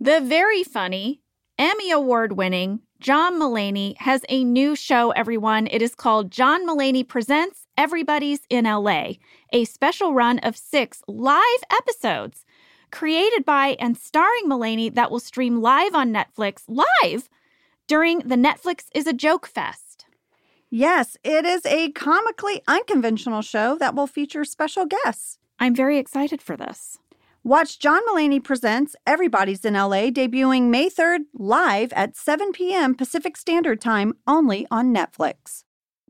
The very funny, Emmy Award winning John Mullaney has a new show, everyone. It is called John Mullaney Presents Everybody's in LA, a special run of six live episodes created by and starring Mullaney that will stream live on Netflix live during the Netflix is a Joke Fest. Yes, it is a comically unconventional show that will feature special guests. I'm very excited for this. Watch John Mullaney Presents Everybody's in LA debuting May 3rd live at 7 p.m. Pacific Standard Time only on Netflix.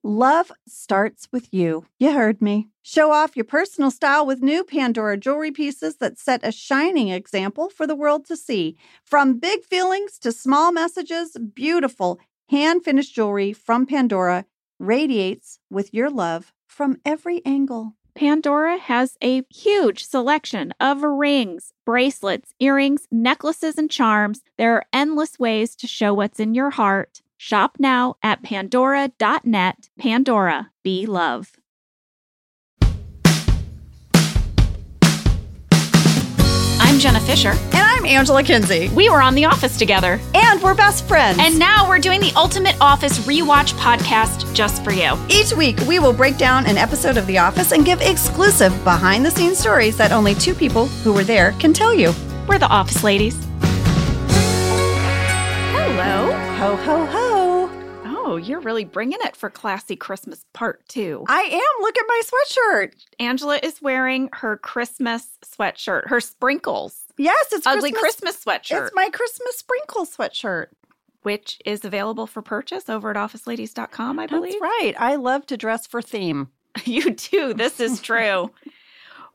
Love starts with you. You heard me. Show off your personal style with new Pandora jewelry pieces that set a shining example for the world to see. From big feelings to small messages, beautiful hand finished jewelry from Pandora radiates with your love from every angle. Pandora has a huge selection of rings, bracelets, earrings, necklaces, and charms. There are endless ways to show what's in your heart. Shop now at pandora.net. Pandora, be love. I'm Jenna Fisher. And I'm Angela Kinsey. We were on The Office together. And we're best friends. And now we're doing the Ultimate Office Rewatch podcast just for you. Each week, we will break down an episode of The Office and give exclusive behind the scenes stories that only two people who were there can tell you. We're the Office Ladies. Hello. Ho, ho, ho. Oh, you're really bringing it for Classy Christmas Part 2. I am. Look at my sweatshirt. Angela is wearing her Christmas sweatshirt, her sprinkles, Yes, it's ugly Christmas, sweatshirt, It's my Christmas sprinkle sweatshirt. which is available for purchase over at officeladies.com, I believe. That's right. I love to dress for theme. You do. This is true.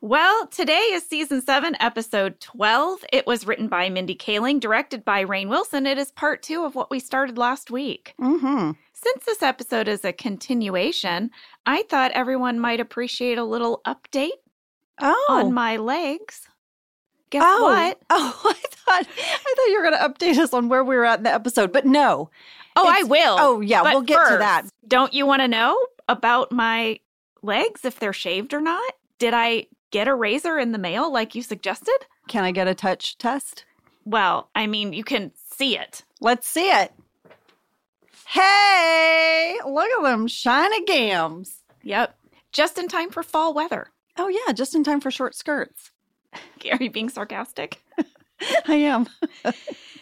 well, today is season seven, episode 12. It was written by Mindy Kaling, directed by Rain Wilson. It is part two of what we started last week. Mm-hmm. Since this episode is a continuation, I thought everyone might appreciate a little update Oh. on my legs. Guess oh. what? Oh, I thought I thought you were going to update us on where we were at in the episode, but no. Oh, I It's- will. Oh, yeah, But we'll get to first, that. Don't you want to know about my legs, if they're shaved or not? Did I get a razor in the mail like you suggested? Can I get a touch test? Well, I mean, you can see it. Let's see it. Hey, look at them shiny gams. Yep. Just in time for fall weather. Oh yeah, just in time for short skirts. Are you being sarcastic? I am.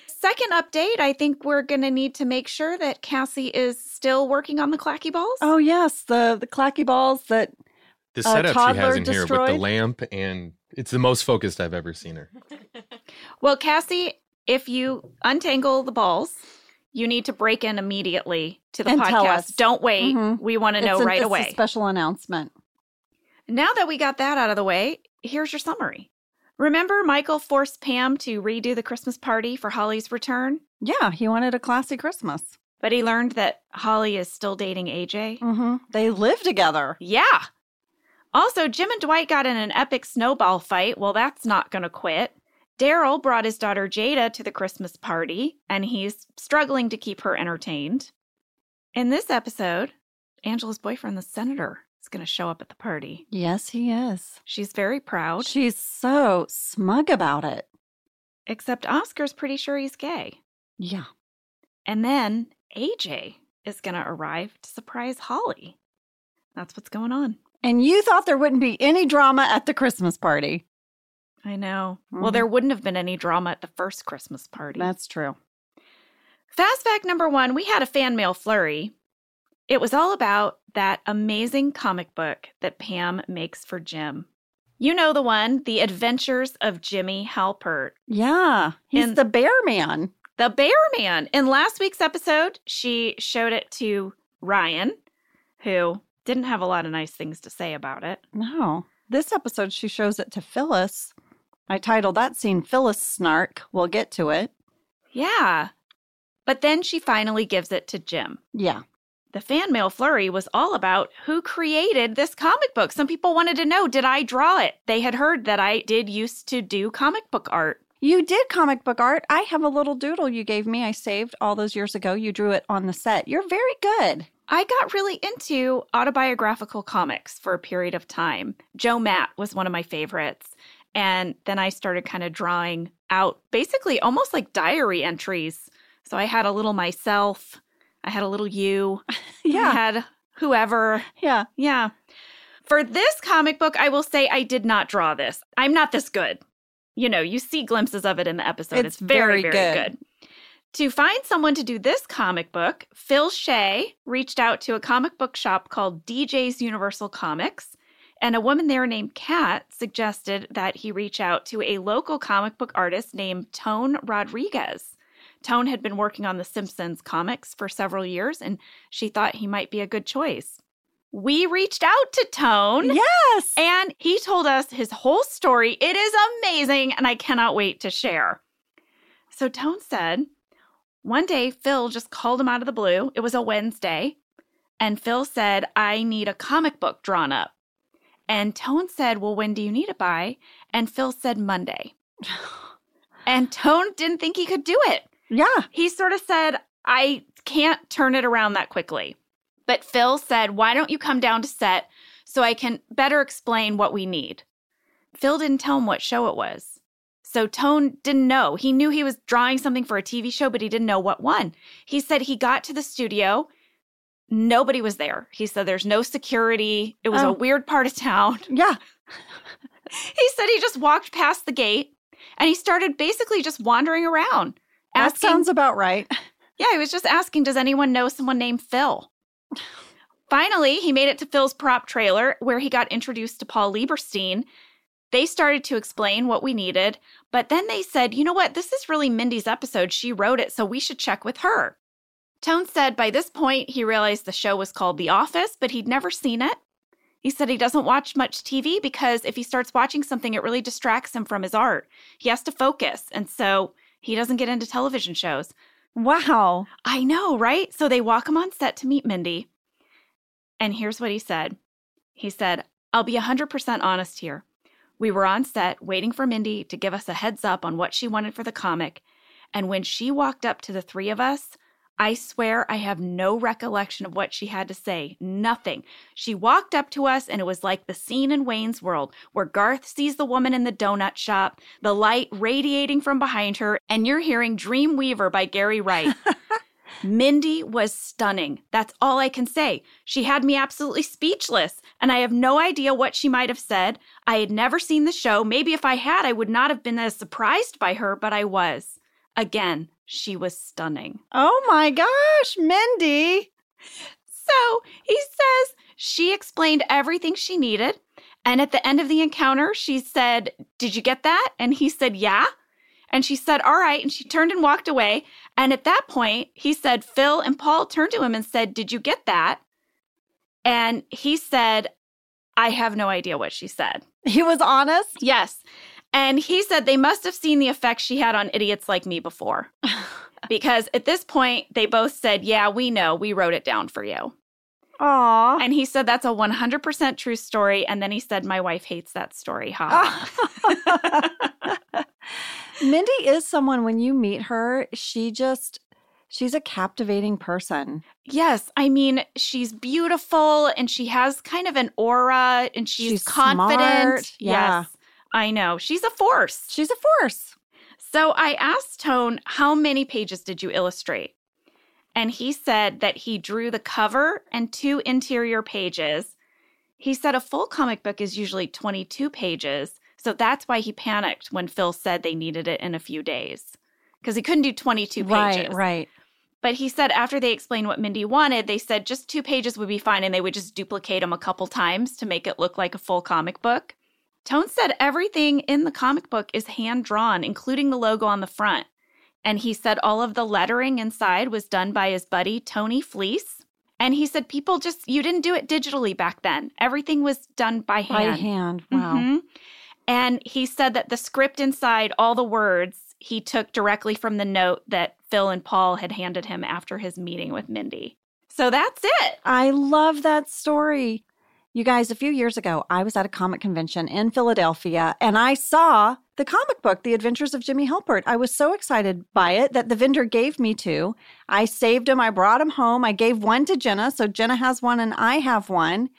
Second update, I think we're going to need to make sure that Cassie is still working on the clacky balls. Oh yes, the the clacky balls that the uh, setup she toddler has in here with destroyed? the lamp and it's the most focused I've ever seen her. Well, Cassie, if you untangle the balls, you need to break in immediately to the And podcast. tell us. Don't wait. Mhm. We want to know it's an- right it's a away. special announcement. Now that we got that out of the way, here's your summary. Remember, Michael forced Pam to redo the Christmas party for Holly's return, Yeah, he wanted a classy Christmas. but he learned that Holly is still dating AJ. Mm-hmm. They live together. Yeah. Also, Jim and Dwight got in an epic snowball fight. Well, that's not going to quit. Daryl brought his daughter Jada to the Christmas party, and he's struggling to keep her entertained. In this episode, Angela's boyfriend, the senator, is going to show up at the party. Yes, he is. She's very proud, She's so smug about it. except Oscar's pretty sure he's gay. Yeah. And then AJ is going to arrive to surprise Holly. That's what's going on. And you thought there wouldn't be any drama at the Christmas party. I know. Well, Mhm. there wouldn't have been any drama at the first Christmas party. That's true. Fast fact number one, we had a fan mail flurry. It was all about that amazing comic book that Pam makes for Jim. You know the one, The Adventures of Jimmy Halpert, Yeah. He's And- the bear man. the Bear Man. In last week's episode, she showed it to Ryan, who didn't have a lot of nice things to say about it. No. This episode, she shows it to Phyllis. I titled that scene Phyllis Snark. We'll get to it. Yeah. But then she finally gives it to Jim. Yeah. The fan mail flurry was all about who created this comic book. Some people wanted to know, did I draw it? They had heard that I did used to do comic book art. You did comic book art. I have a little doodle you gave me. I saved all those years ago. You drew it on the set. You're very good. I got really into autobiographical comics for a period of time. Joe Matt was one of my favorites. And then I started kind of drawing out basically almost like diary entries. So I had a little myself, I had a little you, I Yeah. had whoever. Yeah. Yeah. For this comic book, I will say I did not draw this. I'm not this good. You know, you see glimpses of it in the episode. It's, It's very, very, very good. good. To find someone to do this comic book, Phil Shea reached out to a comic book shop called DJ's Universal Comics, and a woman there named Kat suggested that he reach out to a local comic book artist named Tone Rodriguez. Tone had been working on the Simpsons comics for several years, and she thought he might be a good choice. We reached out to Tone. Yes. And he told us his whole story. It is amazing, and I cannot wait to share. So Tone said, one day Phil just called him out of the blue. It was a Wednesday. And Phil said, I need a comic book drawn up. And Tone said, Well, when do you need it by? And Phil said, Monday. and Tone didn't think he could do it yeah. he sort of said, I can't turn it around that quickly. But Phil said, Why don't you come down to set so I can better explain what we need? Phil didn't tell him what show it was. So Tone didn't know. He knew he was drawing something for a TV show, but he didn't know what one. He said he got to the studio. Nobody was there. He said there's no security. It was Oh. a weird part of town. Yeah. He said he just walked past the gate and he started basically just wandering around, That asking sounds about right. yeah, he was just asking, does anyone know someone named Phil? Finally, he made it to Phil's prop trailer where he got introduced to Paul Lieberstein. They started to explain what we needed, but then they said, you know what? This is really Mindy's episode. She wrote it, so we should check with her. Tone said by this point, he realized the show was called The Office, but he'd never seen it. He said he doesn't watch much TV because if he starts watching something, it really distracts him from his art. He has to focus, and so he doesn't get into television shows. Wow. I know, right? So they walk him on set to meet Mindy. And here's what he said He said, I'll be 100% honest here. We were on set waiting for Mindy to give us a heads up on what she wanted for the comic. And when she walked up to the three of us, I swear I have no recollection of what she had to say. Nothing. She walked up to us, and it was like the scene in Wayne's World where Garth sees the woman in the donut shop, the light radiating from behind her, and you're hearing Dreamweaver by Gary Wright. Mindy was stunning. That's all I can say. She had me absolutely speechless, and I have no idea what she might have said. I had never seen the show. Maybe if I had, I would not have been as surprised by her, but I was. Again, she was stunning. Oh my gosh, Mindy. So he says she explained everything she needed. And at the end of the encounter, she said, Did you get that? And he said, Yeah. And she said, All right. And she turned and walked away. And at that point, he said, Phil and Paul turned to him and said, Did you get that? And he said, I have no idea what she said. He was honest. Yes. And he said they must have seen the effect she had on idiots like me before. because at this point, they both said, Yeah, we know. We wrote it down for you. Aw. And he said that's a 100% true story. And then he said, My wife hates that story, Ah. huh? Mindy is someone when you meet her, she just she's a captivating person. yes. I mean, she's beautiful and she has kind of an aura and she's, She's confident. smart. Yeah. Yes. I know. She's a force. She's a force. So I asked Tone, How many pages did you illustrate? And he said that he drew the cover and two interior pages. He said a full comic book is usually 22 pages. So that's why he panicked when Phil said they needed it in a few days because he couldn't do 22 pages. Right, right. But he said after they explained what Mindy wanted, they said just two pages would be fine and they would just duplicate them a couple times to make it look like a full comic book. Tone said everything in the comic book is hand drawn, including the logo on the front. And he said all of the lettering inside was done by his buddy Tony Fleece. And he said people just, you didn't do it digitally back then. Everything was done by By hand. hand. Wow. Mhm. And he said that the script inside all the words he took directly from the note that Phil and Paul had handed him after his meeting with Mindy. So that's it. I love that story. You guys, a few years ago, I was at a comic convention in Philadelphia and I saw the comic book, The Adventures of Jimmy Hilpert. I was so excited by it that the vendor gave me two. I saved them, I brought them home. I gave one to Jenna. So Jenna has one and I have one.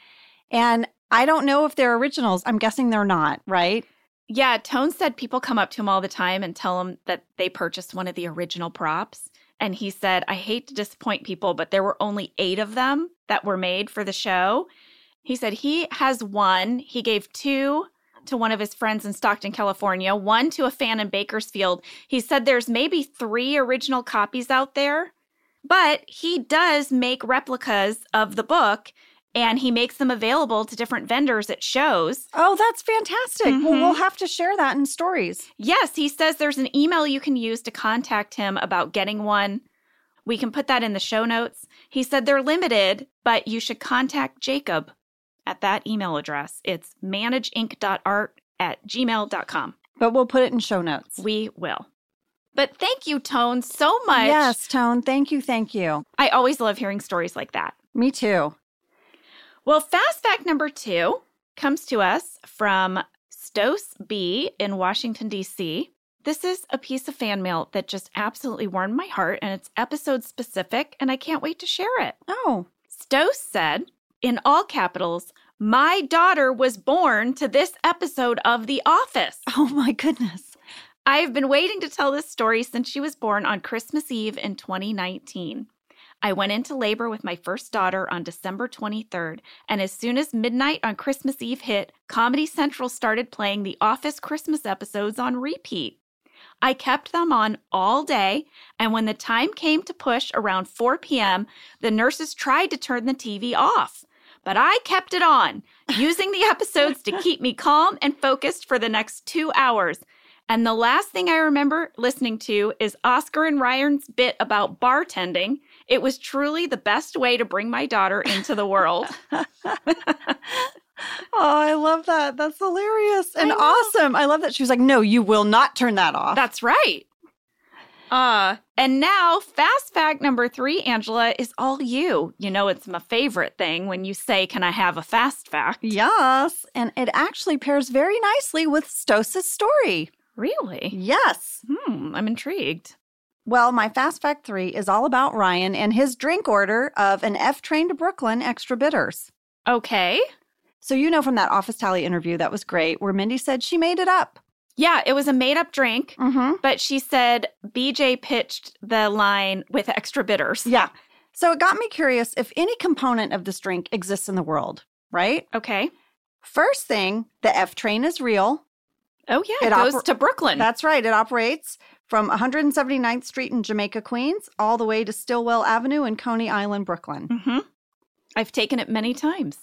And I don't know if they're originals. I'm guessing they're not, right? Yeah, Tone said people come up to him all the time and tell him that they purchased one of the original props. And he said, I hate to disappoint people, but there were only eight of them that were made for the show. He said he has one. He gave two to one of his friends in Stockton, California, one to a fan in Bakersfield. He said there's maybe three original copies out there, but he does make replicas of the book and he makes them available to different vendors at shows. Oh, that's fantastic. Mhm. Well, we'll have to share that in stories. Yes, he says there's an email you can use to contact him about getting one. We can put that in the show notes. He said they're limited, but you should contact Jacob at that email address. It's manageinc.art at gmail.com. But we'll put it in show notes. We will. But thank you, Tone, so much. Yes, Tone. Thank you. Thank you. I always love hearing stories like that. Me too. Well, fast fact number two comes to us from Stos B in Washington, D.C. This is a piece of fan mail that just absolutely warmed my heart, and it's episode specific, and I can't wait to share it. Oh, Stos said, in all capitals, my daughter was born to this episode of The Office. oh my goodness. I have been waiting to tell this story since she was born on Christmas Eve in 2019. I went into labor with my first daughter on December 23rd, and as soon as midnight on Christmas Eve hit, Comedy Central started playing the Office Christmas episodes on repeat. I kept them on all day, and when the time came to push around 4 p.m., the nurses tried to turn the TV off. But I kept it on, using the episodes to keep me calm and focused for the next two hours. And the last thing I remember listening to is Oscar and Ryan's bit about bartending. It was truly the best way to bring my daughter into the world. Oh, I love that. That's hilarious and I know. awesome. I love that she was like, "No, you will not turn that off." That's right. Uh, and now, fast fact number three, Angela, is all you. You know, it's my favorite thing when you say, Can I have a fast fact? yes, and it actually pairs very nicely with Stos' story. Really? Yes. Hmm, I'm intrigued. Well, my fast fact 3 is all about Ryan and his drink order of an F train to Brooklyn extra bitters. Okay. So you know from that office tally interview that was great where Mindy said she made it up. Yeah, it was a made up drink, Mhm. but she said BJ pitched the line with extra bitters. Yeah. So it got me curious if any component of this drink exists in the world, right? Okay. First thing, the F train is real. Oh, yeah. It, It goes oper- to Brooklyn. That's right. It operates from 179th Street in Jamaica, Queens, all the way to Stillwell Avenue in Coney Island, Brooklyn. hmm I've taken it many times.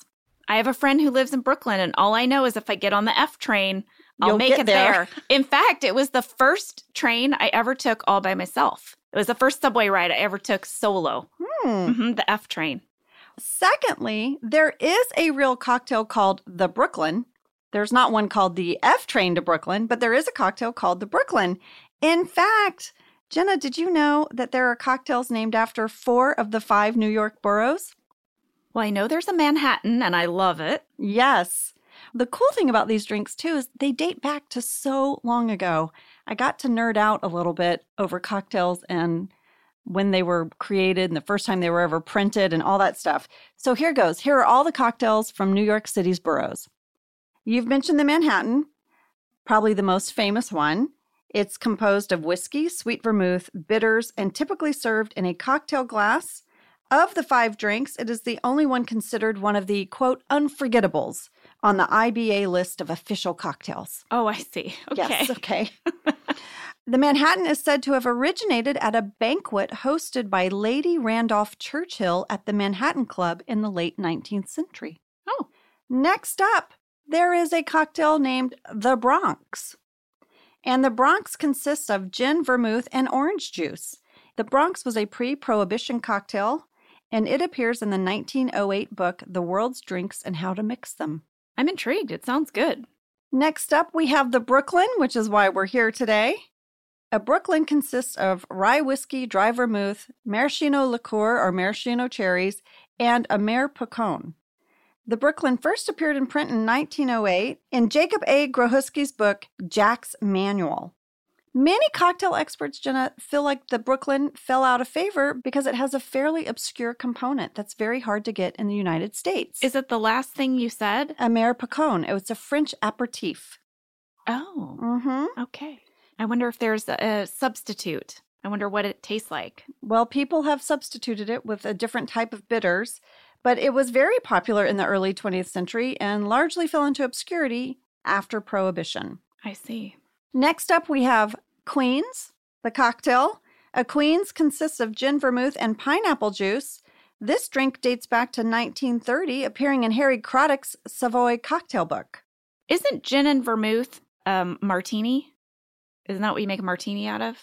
I have a friend who lives in Brooklyn, and all I know is if I get on the F train, I'll You'll make get it there. there. In fact, it was the first train I ever took all by myself. It was the first subway ride I ever took solo. Hmm. hmm the F train. Secondly, there is a real cocktail called the Brooklyn. There's not one called the F train to Brooklyn, but there is a cocktail called the Brooklyn. In fact, Jenna, did you know that there are cocktails named after four of the five New York boroughs? Well, I know there's a Manhattan, and I love it. Yes. The cool thing about these drinks, too, is they date back to so long ago. I got to nerd out a little bit over cocktails and when they were created and the first time they were ever printed and all that stuff. So here goes. Here are all the cocktails from New York City's boroughs. You've mentioned the Manhattan, probably the most famous one. It's composed of whiskey, sweet vermouth, bitters, and typically served in a cocktail glass. Of the five drinks, it is the only one considered one of the quote unforgettables on the IBA list of official cocktails. Oh, I see. Okay. Yes, okay. the Manhattan is said to have originated at a banquet hosted by Lady Randolph Churchill at the Manhattan Club in the late 19th century. Oh. Next up, there is a cocktail named the Bronx. And the Bronx consists of gin, vermouth, and orange juice. The Bronx was a pre prohibition cocktail, and it appears in the 1908 book, The World's Drinks and How to Mix Them. I'm intrigued. It sounds good. Next up, we have the Brooklyn, which is why we're here today. A Brooklyn consists of rye whiskey, dry vermouth, maraschino liqueur or maraschino cherries, and a mare picon. The Brooklyn first appeared in print in 1908 in Jacob A. Grohusky's book, Jack's Manual. Many cocktail experts, Jenna, feel like the Brooklyn fell out of favor because it has a fairly obscure component that's very hard to get in the United States. Is it the last thing you said? a mare picon. It's a French aperitif. Oh, Mm-hmm. okay. I wonder if there's a, a substitute. I wonder what it tastes like. Well, people have substituted it with a different type of bitters, but it was very popular in the early 20th century and largely fell into obscurity after Prohibition. I see. Next up, we have Queens, the cocktail. A Queens consists of gin, vermouth, and pineapple juice. This drink dates back to 1930, appearing in Harry Craddock's Savoy cocktail book. Isn't gin and vermouth um, martini? Isn't that what you make a martini out of?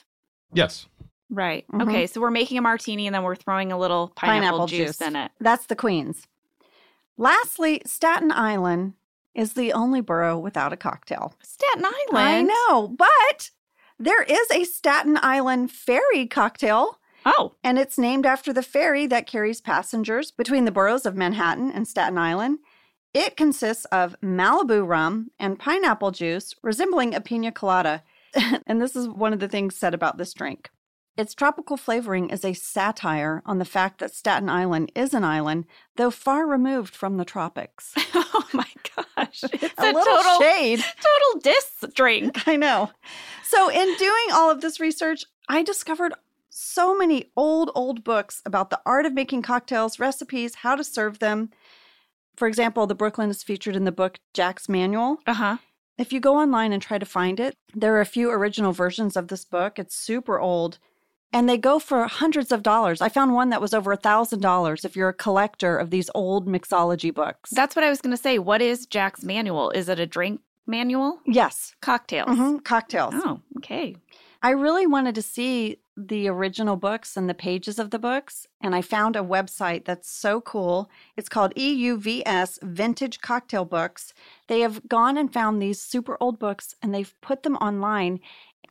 Yes. Right. Mhm. Okay. So we're making a martini and then we're throwing a little pineapple, Pineapple juice, juice. in it. That's the Queens. Lastly, Staten Island is the only borough without a cocktail. Staten Island. I know, but there is a Staten Island ferry cocktail, Oh, and it's named after the ferry that carries passengers between the boroughs of Manhattan and Staten Island. It consists of Malibu rum and pineapple juice, resembling a pina colada. and this is one of the things said about this drink. Its tropical flavoring is a satire on the fact that Staten Island is an island, though far removed from the tropics. oh my gosh. It's a, a little total shade. total dis drink. I know. So, in doing all of this research, I discovered so many old, old books about the art of making cocktails, recipes, how to serve them. For example, the Brooklyn is featured in the book Jack's Manual. Uh-huh. If you go online and try to find it, there are a few original versions of this book. It's super old and they go for hundreds of dollars. I found one that was over a thousand dollars if you're a collector of these old mixology books. That's what I was going to say. What is Jack's manual? Is it a drink manual? yes. Cocktails. Mhm, Cocktails. Oh, okay. I really wanted to see the original books and the pages of the books, and I found a website that's so cool. It's called E EUVS Vintage Cocktail Books. They have gone and found these super old books and they've put them online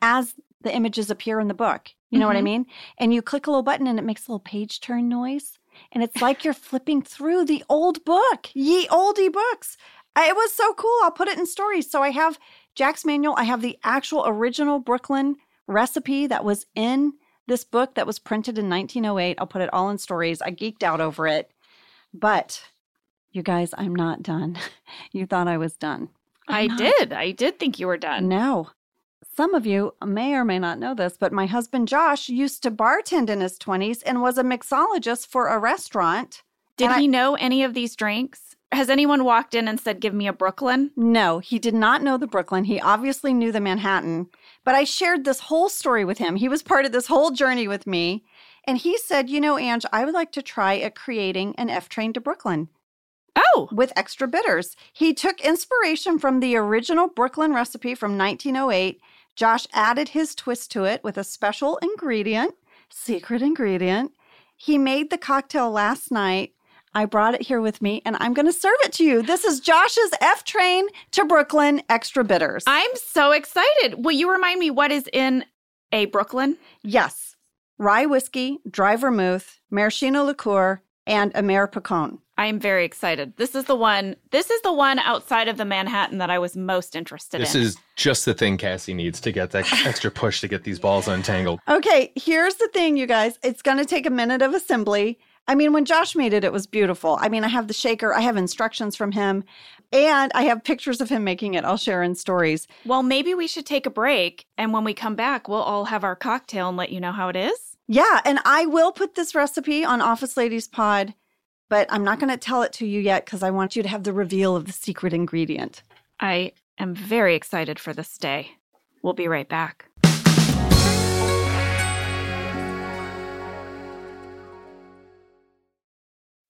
as the images appear in the book. You know what I Mhm. mean? And you click a little button and it makes a little page turn noise. And it's like you're flipping through the old book, ye oldie books. I- It was so cool. I'll put it in stories. So I have Jack's Manual, I have the actual original Brooklyn recipe that was in this book that was printed in 1908. I'll put it all in stories. I geeked out over it. But you guys, I'm not done. You thought I was done. I I'm not. did. I did think you were done. No. Some of you may or may not know this, but my husband Josh used to bartend in his 20s and was a mixologist for a restaurant. Did And I- he know any of these drinks? Has anyone walked in and said, "Give me a Brooklyn"? No, he did not know the Brooklyn. He obviously knew the Manhattan, but I shared this whole story with him. He was part of this whole journey with me. And he said, You know, Ange, I would like to try at creating an F train to Brooklyn. Oh, with extra bitters. He took inspiration from the original Brooklyn recipe from 1908. Josh added his twist to it with a special ingredient, secret ingredient. He made the cocktail last night. I brought it here with me and I'm going to serve it to you. This is Josh's F Train to Brooklyn Extra Bitters. I'm so excited. Will you remind me what is in a Brooklyn? yes, rye whiskey, dry vermouth, maraschino liqueur, and Ameripicon. I am very excited. This is the one. This is the one outside of the Manhattan that I was most interested This in. is just the thing Cassie needs to get that extra push to get these balls untangled. Okay, here's the thing, you guys. It's going to take a minute of assembly. I mean, when Josh made it, it was beautiful. I mean, I have the shaker, I have instructions from him, and I have pictures of him making it. I'll share in stories. well, maybe we should take a break, and when we come back, we'll all have our cocktail and let you know how it is. Yeah, and I will put this recipe on Office Ladies Pod, but I'm not going to tell it to you yet because I want you to have the reveal of the secret ingredient. I am very excited for this day. We'll be right back.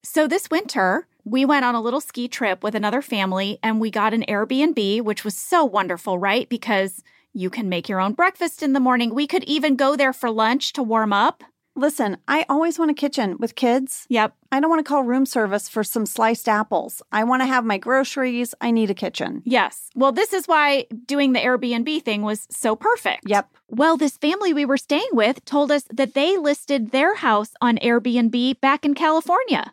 So this winter, we went on a little ski trip with another family and we got an Airbnb, which was so wonderful, right? Because you can make your own breakfast in the morning. We could even go there for lunch to warm up. Listen, I always want a kitchen with kids. Yep. I don't want to call room service for some sliced apples. I want to have my groceries. I need a kitchen. Yes. Well, this is why doing the Airbnb thing was so perfect. Yep. Well, this family we were staying with told us that they listed their house on Airbnb back in California.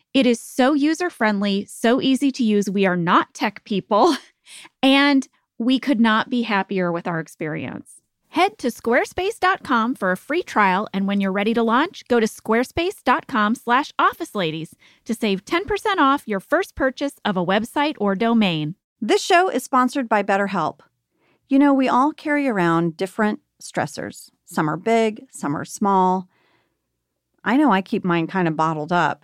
it is so user friendly, so easy to use. We are not tech people, and we could not be happier with our experience. Head to squarespace.com for a free trial, and when you're ready to launch, go to squarespace.com/officeladies to save 10% off your first purchase of a website or domain. This show is sponsored by BetterHelp. You know, we all carry around different stressors. Some are big, some are small. I know I keep mine kind of bottled up,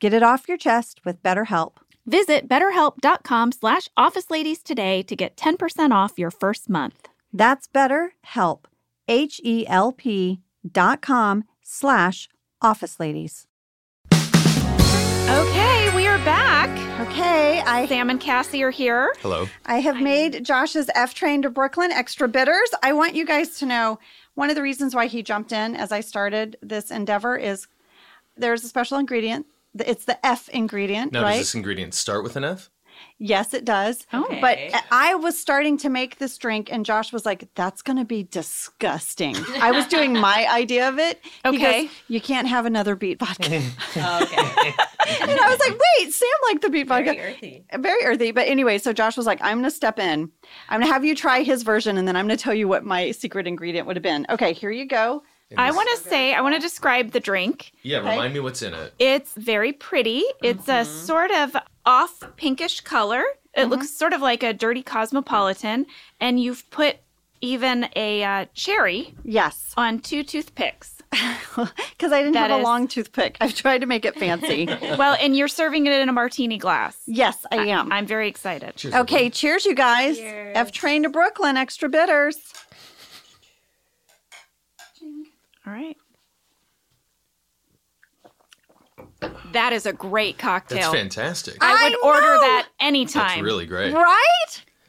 Get it off your chest with BetterHelp. Visit betterhelp.com slash officeladies today to get 10% off your first month. That's BetterHelp, H-E-L-P dot com slash office ladies. Okay, we are back. Okay, I Sam and Cassie are here. Hello. I have made Josh's F train to Brooklyn extra bitters. I want you guys to know one of the reasons why he jumped in as I started this endeavor is there's a special ingredient. It's the F ingredient, Now, right? does this ingredient start with an F? Yes, it does. Okay. But I was starting to make this drink, and Josh was like, "That's going to be disgusting." I was doing my idea of it. He Okay. goes, you can't have another beet vodka, and Oh, okay. I was like, "Wait, Sam liked the beet vodka." Very earthy. very earthy. But anyway, so Josh was like, I'm going to step in. I'm going to have you try his version and then I'm going to tell you what my secret ingredient would have been. Okay, here you go. In I this- want to say, I want to describe the drink. Yeah, okay. remind me what's in it. It's very pretty. It's a Mm-hmm. sort of off pinkish color. It looks sort of like a dirty cosmopolitan. And you've put even a uh, cherry Yes. on two toothpicks. Because I didn't That have is- a long toothpick. I've tried to make it fancy. well, and you're serving it in a martini glass. yes, I am. I'm very excited. Cheers. okay, cheers, you guys. F train to Brooklyn, extra bitters. All right. That is a great cocktail. That's fantastic. I would I order know! that anytime. That's really great. Right?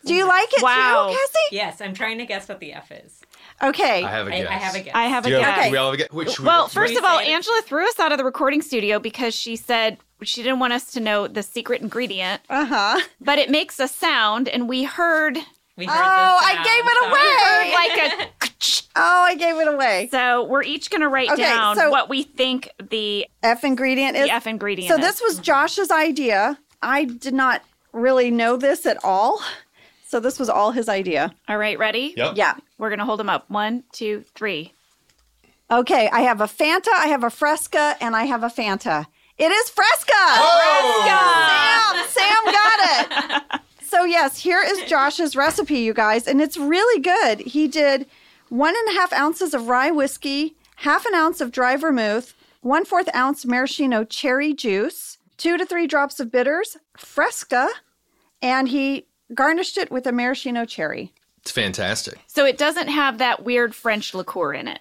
Do you like it Wow. too, Cassie? Yes, I'm trying to guess what the F is. Okay. I have a I, guess. I have a guess. I have a Do you have, guess. do we all have a guess? Which Well, which- first of all, Resave it. Angela threw us out of the recording studio because she said she didn't want us to know the secret ingredient, Uh huh. but it makes a sound, and we heard We Oh, heard the I sound, gave it so- away. like a. Oh, I gave it away. So we're each going to write Okay, down so- what we think the, F ingredient the is F ingredient. So is. this was Josh's idea. I did not really know this at all. So this was all his idea. All right, ready? Yep. Yeah. We're going to hold them up. One, two, three. Okay, I have a Fanta, I have a Fresca, and I have a Fanta. It is Fresca. Sam, Sam got it. so yes, here is Josh's recipe, you guys, and it's really good. He did one and a half ounces of rye whiskey, half an ounce of dry vermouth, one fourth ounce maraschino cherry juice, two to three drops of bitters, Fresca, and he garnished it with a maraschino cherry. it's fantastic. So it doesn't have that weird French liqueur in it.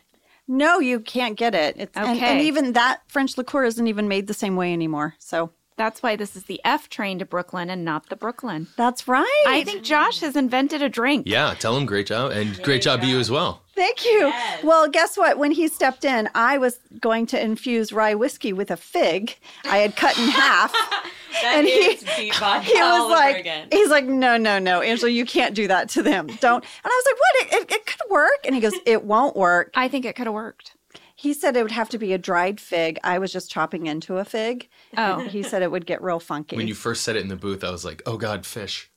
No, you can't get it. It's, and, and Okay. even that French liqueur isn't even made the same way anymore. So That's why this is the F train to Brooklyn and not the Brooklyn. that's right. I think Josh has invented a drink. Yeah, tell him great job and great job to you as well. Thank you. Yes. Well, guess what? When he stepped in, I was going to infuse rye whiskey with a fig I had cut in half. That And he- is beat vodka He all was over like, again. he's like, no, no, no, Angela, you can't do that to them. Don't. And I was like, what? It, it, it could work. And he goes, it won't work. I think it could have worked. He said it would have to be a dried fig. I was just chopping into a fig. Oh. He said it would get real funky. When you first said it in the booth, I was like, oh God, fish.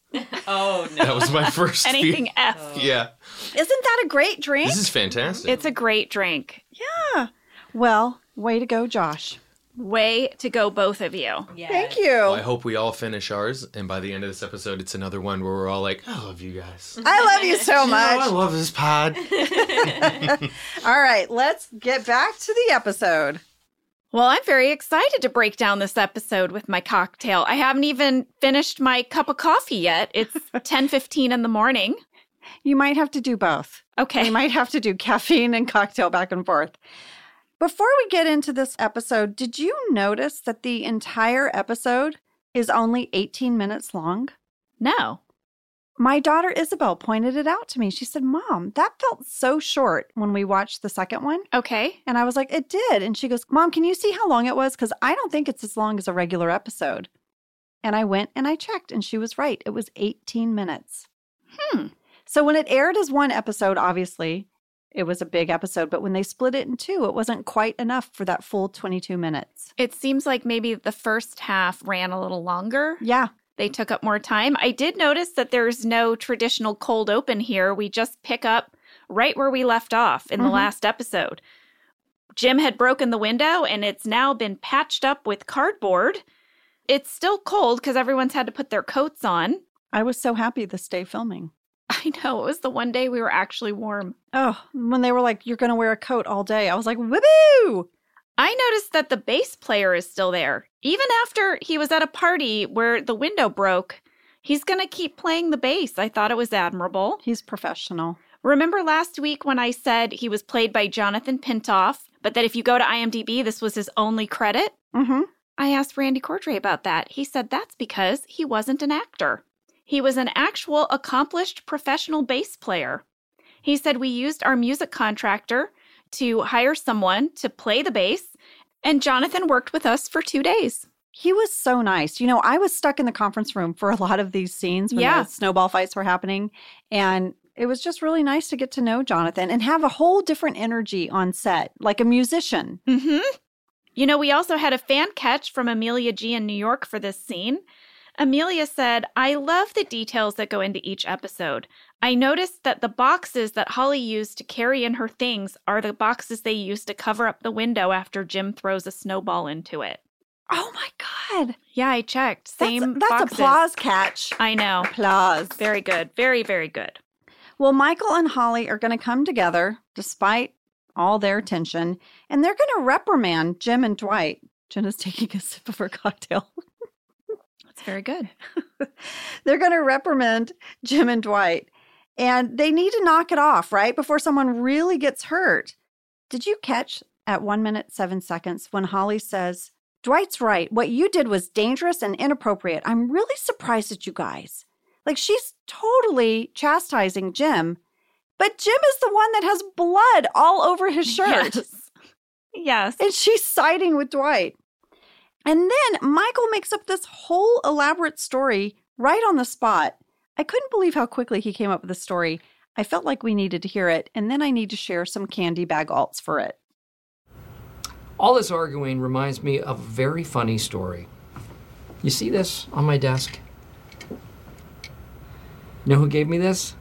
Oh no. That was my first fear. Anything F. Yeah. Isn't that a great drink? This is fantastic. It's a great drink. Well, way to go, Josh. Way to go, both of you. Yeah. Thank you. Well, I hope we all finish ours, and by the end of this episode, it's another one where we're all like, "I love you guys." I love you so Oh, I much. love this pod. All right, let's get back to the episode. Well, I'm very excited to break down this episode with my cocktail. I haven't even finished my cup of coffee yet. It's 10:15 in the morning. You might have to do both. Okay. We might have to do caffeine and cocktail back and forth. Before we get into this episode, did you notice that the entire episode is only 18 minutes long? No. My daughter Isabel pointed it out to me. She said, Mom, that felt so short when we watched the second one. Okay. And I was like, It did. And she goes, Mom, can you see how long it was? Because I don't think it's as long as a regular episode. And I went and I checked, and she was right. It was 18 minutes. Hmm. So when it aired as one episode, obviously it was a big episode, but when they split it in two, it wasn't quite enough for that full 22 minutes. It seems like maybe the first half ran a little longer. Yeah. They took up more time. I did notice that there's no traditional cold open here. We just pick up right where we left off in the Mhm. last episode. Jim had broken the window and it's now been patched up with cardboard. It's still cold because everyone's had to put their coats on. I was so happy this day filming. I know. It was the one day we were actually warm. Oh, when they were like, you're going to wear a coat all day, I was like, woohoo! I noticed that the bass player is still there. Even after he was at a party where the window broke, he's going to keep playing the bass. I thought it was admirable. He's professional. Remember last week when I said he was played by Jonathan Pintoff, but that if you go to IMDb, this was his only credit? Mm-hmm. I asked Randy Cordray about that. He said that's because he wasn't an actor. He was an actual accomplished professional bass player. He said we used our music contractor to hire someone to play the bass, and Jonathan worked with us for two days. He was so nice. You know, I was stuck in the conference room for a lot of these scenes when Yeah. the snowball fights were happening. And it was just really nice to get to know Jonathan and have a whole different energy on set, like a musician. Mm-hmm. You know, we also had a fan catch from Amelia G in New York for this scene. Amelia said, I love the details that go into each episode. I noticed that the boxes that Holly used to carry in her things are the boxes they used to cover up the window after Jim throws a snowball into it. Oh my God. Yeah, I checked. That's- Same That's, boxes. applause catch. I know. Applause. Very good. Very, very good. Well, Michael and Holly are going to come together despite all their tension, and they're going to reprimand Jim and Dwight. Jen is taking a sip of her cocktail. That's very good. They're going to reprimand Jim and Dwight, and they need to knock it off, right? Before someone really gets hurt. Did you catch at one minute, seven seconds when Holly says, Dwight's right. What you did was dangerous and inappropriate. I'm really surprised at you guys. Like, she's totally chastising Jim, but Jim is the one that has blood all over his shirt. Yes. Yes. And she's siding with Dwight. And then Michael makes up this whole elaborate story right on the spot. I couldn't believe how quickly he came up with the story. I felt like we needed to hear it, and then I need to share some candy bag alts for it. All this arguing reminds me of a very funny story. You see this on my desk? You know who gave me this?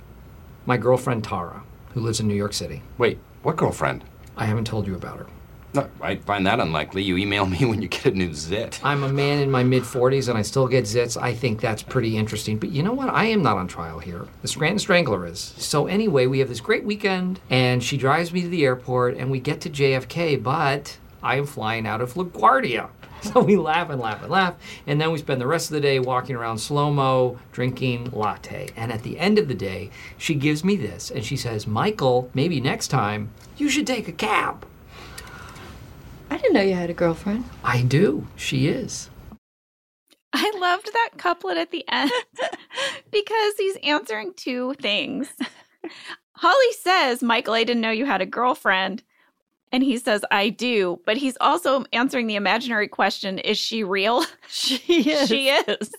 My girlfriend Tara, who lives in New York City. Wait, what girlfriend? I haven't told you about her. No, I find that unlikely. You email me when you get a new zit. I'm a man in my mid 40s and I still get zits. I think that's pretty interesting. But you know what? I am not on trial here. The Scranton Strangler is. So, anyway, we have this great weekend and she drives me to the airport and we get to JFK, but I am flying out of LaGuardia. So we laugh and laugh and laugh. And then we spend the rest of the day walking around slow mo, drinking latte. And at the end of the day, she gives me this and she says, Michael, maybe next time you should take a cab. I didn't know you had a girlfriend. I do. She is. I loved that couplet at the end because he's answering two things. Holly says, Michael, I didn't know you had a girlfriend. And he says, I do. But he's also answering the imaginary question Is she real? She She is.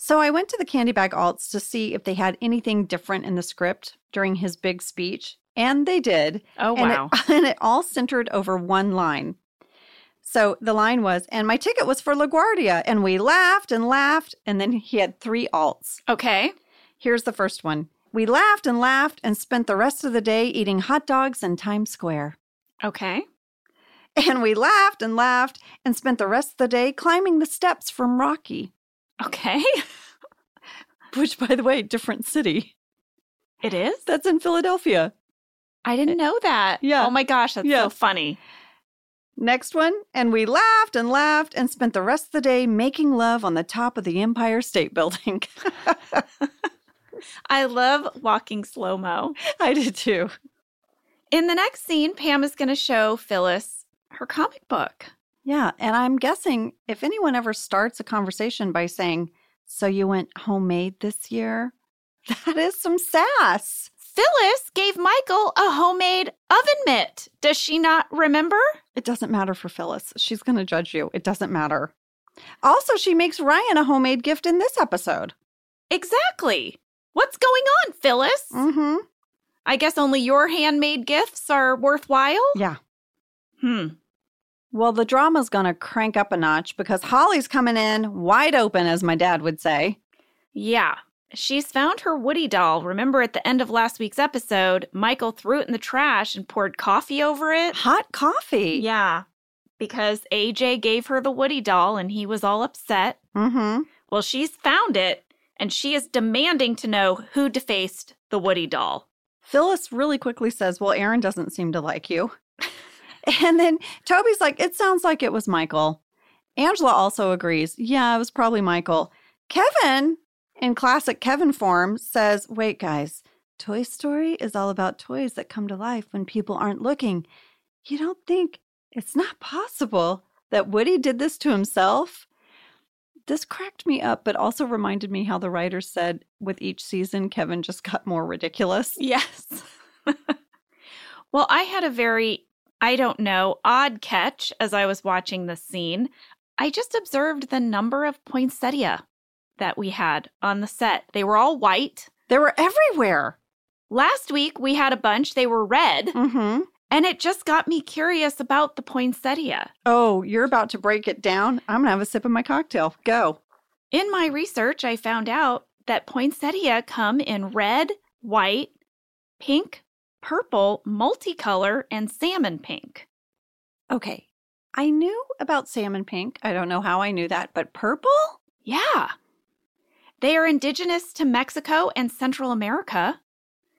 So I went to the candy bag alts to see if they had anything different in the script during his big speech, and they did. Oh, and wow. It, and it all centered over one line. So the line was, and my ticket was for LaGuardia. And we laughed and laughed. And then he had three alts. okay. Here's the first one We laughed and laughed and spent the rest of the day eating hot dogs in Times Square. Okay. And we laughed and laughed and spent the rest of the day climbing the steps from Rocky, Okay. which, by the way, different city. It is? That's in Philadelphia. I didn't know that. Yeah. Oh my gosh, that's Yeah. so funny. Next one. And we laughed and laughed and spent the rest of the day making love on the top of the Empire State Building. I love walking slow mo. I did too. In the next scene, Pam is going to show Phyllis her comic book. Yeah. And I'm guessing if anyone ever starts a conversation by saying, So you went homemade this year? That is some sass. Phyllis gave Michael a homemade oven mitt. Does she not remember? It doesn't matter for Phyllis. She's going to judge you. It doesn't matter. Also, she makes Ryan a homemade gift in this episode. Exactly. What's going on, Phyllis? Mm hmm. I guess only your handmade gifts are worthwhile? Yeah. Hmm. Well, the drama's going to crank up a notch because Holly's coming in wide open, as my dad would say. Yeah. She's found her Woody doll. Remember at the end of last week's episode, Michael threw it in the trash and poured coffee over it? Hot coffee. Yeah. Because AJ gave her the Woody doll and he was all upset. Mm-hmm. Well, she's found it and she is demanding to know who defaced the Woody doll. Phyllis really quickly says, Well, Aaron doesn't seem to like you. and then Toby's like, It sounds like it was Michael. Angela also agrees, Yeah, it was probably Michael. Kevin, in classic Kevin form, says, Wait, guys, Toy Story is all about toys that come to life when people aren't looking. You don't think it's not possible that Woody did this to himself? This cracked me up, but also reminded me how the writers said with each season, Kevin just got more ridiculous. Yes. well, I had a very, I don't know, odd catch as I was watching this scene. I just observed the number of poinsettia that we had on the set. They were all white. They were everywhere. Last week we had a bunch, they were red, Mm-hmm. and it just got me curious about the poinsettia. Oh, you're about to break it down. I'm gonna have a sip of my cocktail. Go. In my research, I found out that poinsettia come in red, white, pink, purple, multicolor, and salmon pink. Okay. I knew about salmon pink. I don't know how I knew that, but purple? Yeah. They are indigenous to Mexico and Central America.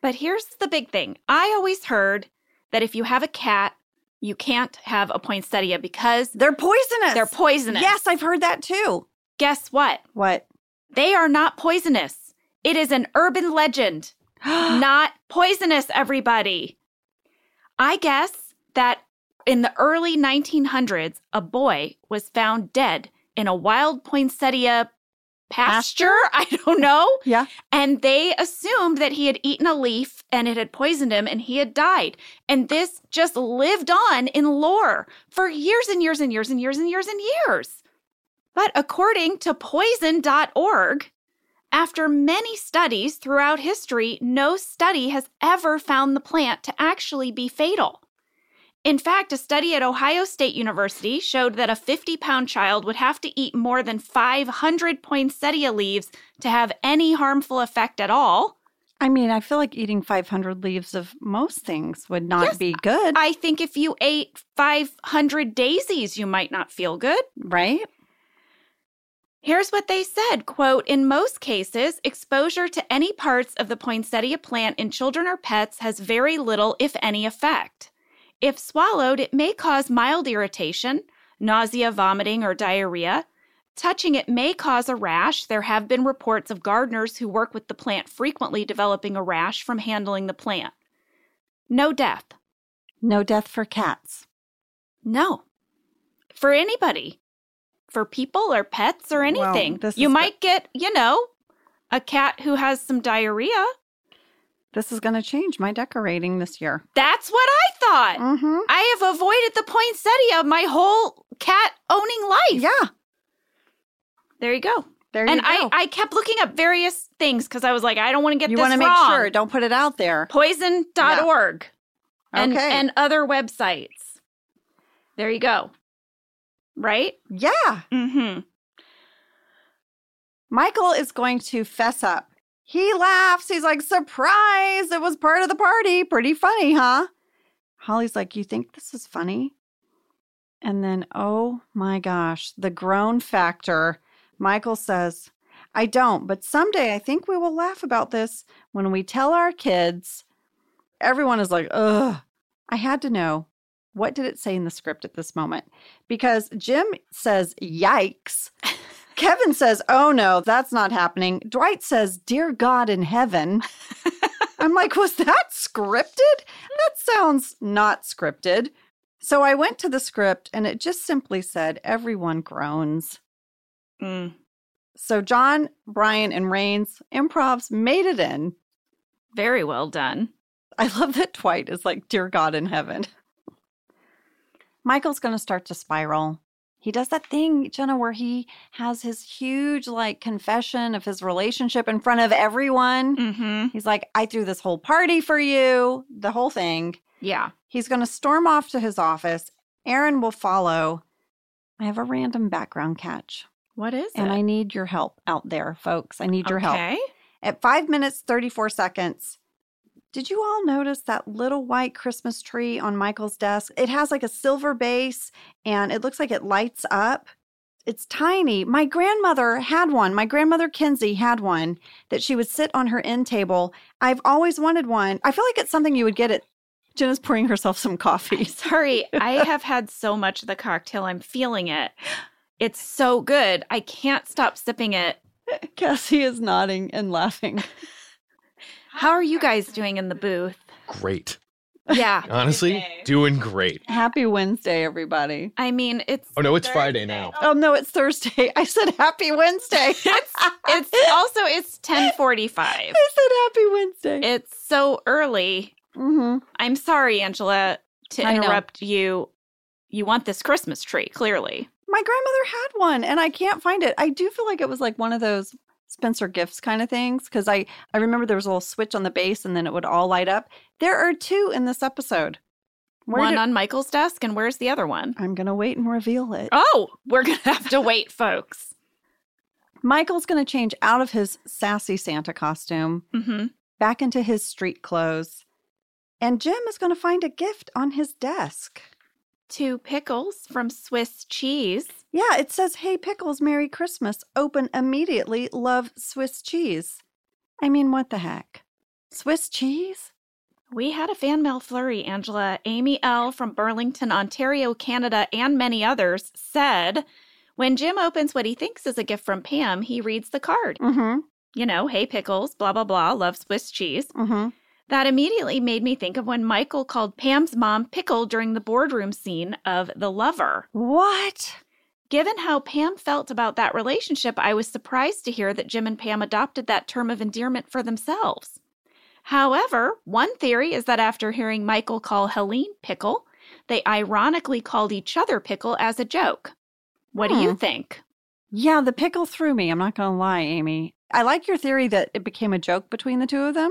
But here's the big thing I always heard that if you have a cat, you can't have a poinsettia because They're poisonous. they're poisonous. Yes, I've heard that too. Guess what? What? They are not poisonous. It is an urban legend. not poisonous, everybody. I guess that in the early 1900s, a boy was found dead in a wild poinsettia pasture. I don't know. Yeah. And they assumed that he had eaten a leaf and it had poisoned him and he had died. And this just lived on in lore for years and years and years and years and years and years. But according to poison.org, after many studies throughout history, no study has ever found the plant to actually be fatal. In fact, a study at Ohio State University showed that a 50 pound child would have to eat more than 500 poinsettia leaves to have any harmful effect at all. I mean, I feel like eating 500 leaves of most things would not be good, I think if you ate 500 daisies, you might not feel good. right? Here's what they said, quote, in most cases, exposure to any parts of the poinsettia plant in children or pets has very little, if any, effect. If swallowed, it may cause mild irritation, nausea, vomiting, or diarrhea. Touching it may cause a rash. There have been reports of gardeners who work with the plant frequently developing a rash from handling the plant. No death. No death for cats. No. For anybody. For people or pets or Wow, anything. this you is- might get, you know, a cat who has some diarrhea. This is going to change my decorating this year. That's what I thought. Mm-hmm. I have avoided the poinsettia my whole cat owning life. Yeah. There you go. There and you I, go. I kept looking up various things because I was like, I don't want to get you this want to make wrong. sure. Don't put it out there. Poison.org and, okay. and other websites. There you go. Right? yeah. Mm-hmm. Michael is going to fess up. He laughs. He's like, surprise, it was part of the party. Pretty funny, huh? Holly's like, you think this is funny? And then, oh my gosh, the groan factor. Michael says, I don't, but someday I think we will laugh about this when we tell our kids. Everyone is like, ugh. I had to know what did it say in the script at this moment? Because Jim says, yikes. Kevin says, oh no, that's not happening. Dwight says, dear God in heaven. I'm like, was that scripted? That sounds not scripted. So I went to the script and it just simply said, everyone groans. Mm. So John, Brian, and Rains improvs made it in. Very well done. I love that Dwight is like, Dear God in heaven. Michael's going to start to spiral. He does that thing, Jenna, where he has his huge like confession of his relationship in front of everyone. Mm-hmm. He's like, I threw this whole party for you, the whole thing. Yeah. He's going to storm off to his office. Aaron will follow. I have a random background catch, What is and it? I need your help out there, folks. I need your help. okay. At five minutes, 34 seconds, did you all notice that little white Christmas tree on Michael's desk? It has like a silver base and it looks like it lights up. It's tiny. My grandmother had one. My grandmother Kinsey had one that she would sit on her end table. I've always wanted one. I feel like it's something you would get at. Jenna's pouring herself some coffee. Sorry, I have had so much of the cocktail. I'm feeling it. It's so good. I can't stop sipping it. Cassie is nodding and laughing. How are you guys doing in the booth? Great. Yeah. Honestly, Okay. doing great. Happy Wednesday, everybody. I mean, it's Oh no, it's Friday now. Oh no, it's Thursday. I said happy Wednesday. it's also it's 10:45. I said happy Wednesday. It's so early. hmm I'm sorry, Angela, to I know. interrupt you. You want this Christmas tree, clearly. My grandmother had one and I can't find it. I do feel like it was like one of those Spencer gifts kind of things because I, I remember there was a little switch on the base and then it would all light up. There are two in this episode. Where one did- on Michael's desk and where's the other one? I'm going to wait and reveal it. Oh, we're going to have to wait, folks. Michael's going to change out of his sassy Santa costume Mhm. back into his street clothes. And Jim is going to find a gift on his desk. Two pickles from Swiss cheese. Yeah, it says, Hey Pickles, Merry Christmas. Open immediately. Love Swiss cheese. I mean, what the heck? Swiss cheese? We had a fan mail flurry, Angela. Amy L. from Burlington, Ontario, Canada, and many others said when Jim opens what he thinks is a gift from Pam, he reads the card. Mm You know, hey, pickles, blah, blah, blah, love Swiss cheese. hmm. Mm hmm. That immediately made me think of when Michael called Pam's mom Pickle during the boardroom scene of The Lover. What? Given how Pam felt about that relationship, I was surprised to hear that Jim and Pam adopted that term of endearment for themselves. However, one theory is that after hearing Michael call Helene Pickle, they ironically called each other Pickle as a joke. What do you Hmm. think? Yeah, the pickle threw me. I'm not going to lie, Amy. I like your theory that it became a joke between the two of them.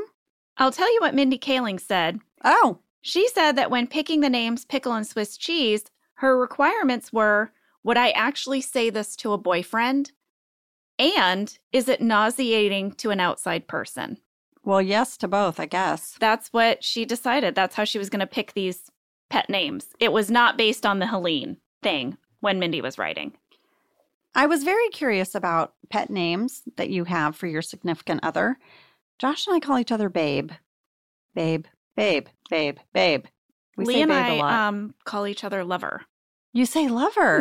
I'll tell you what Mindy Kaling said. Oh, She said that when picking the names Pickle and Swiss Cheese, her requirements were Would I actually say this to a boyfriend? And is it nauseating to an outside person? well, yes to both, I guess. That's what she decided. That's how she was going to pick these pet names. It was not based on the Helene thing when Mindy was writing. I was very curious about pet names that you have for your significant other. Josh and I call each other babe. Babe, babe, babe, babe. We Lee say and babe I a lot. um call each other lover. You say lover.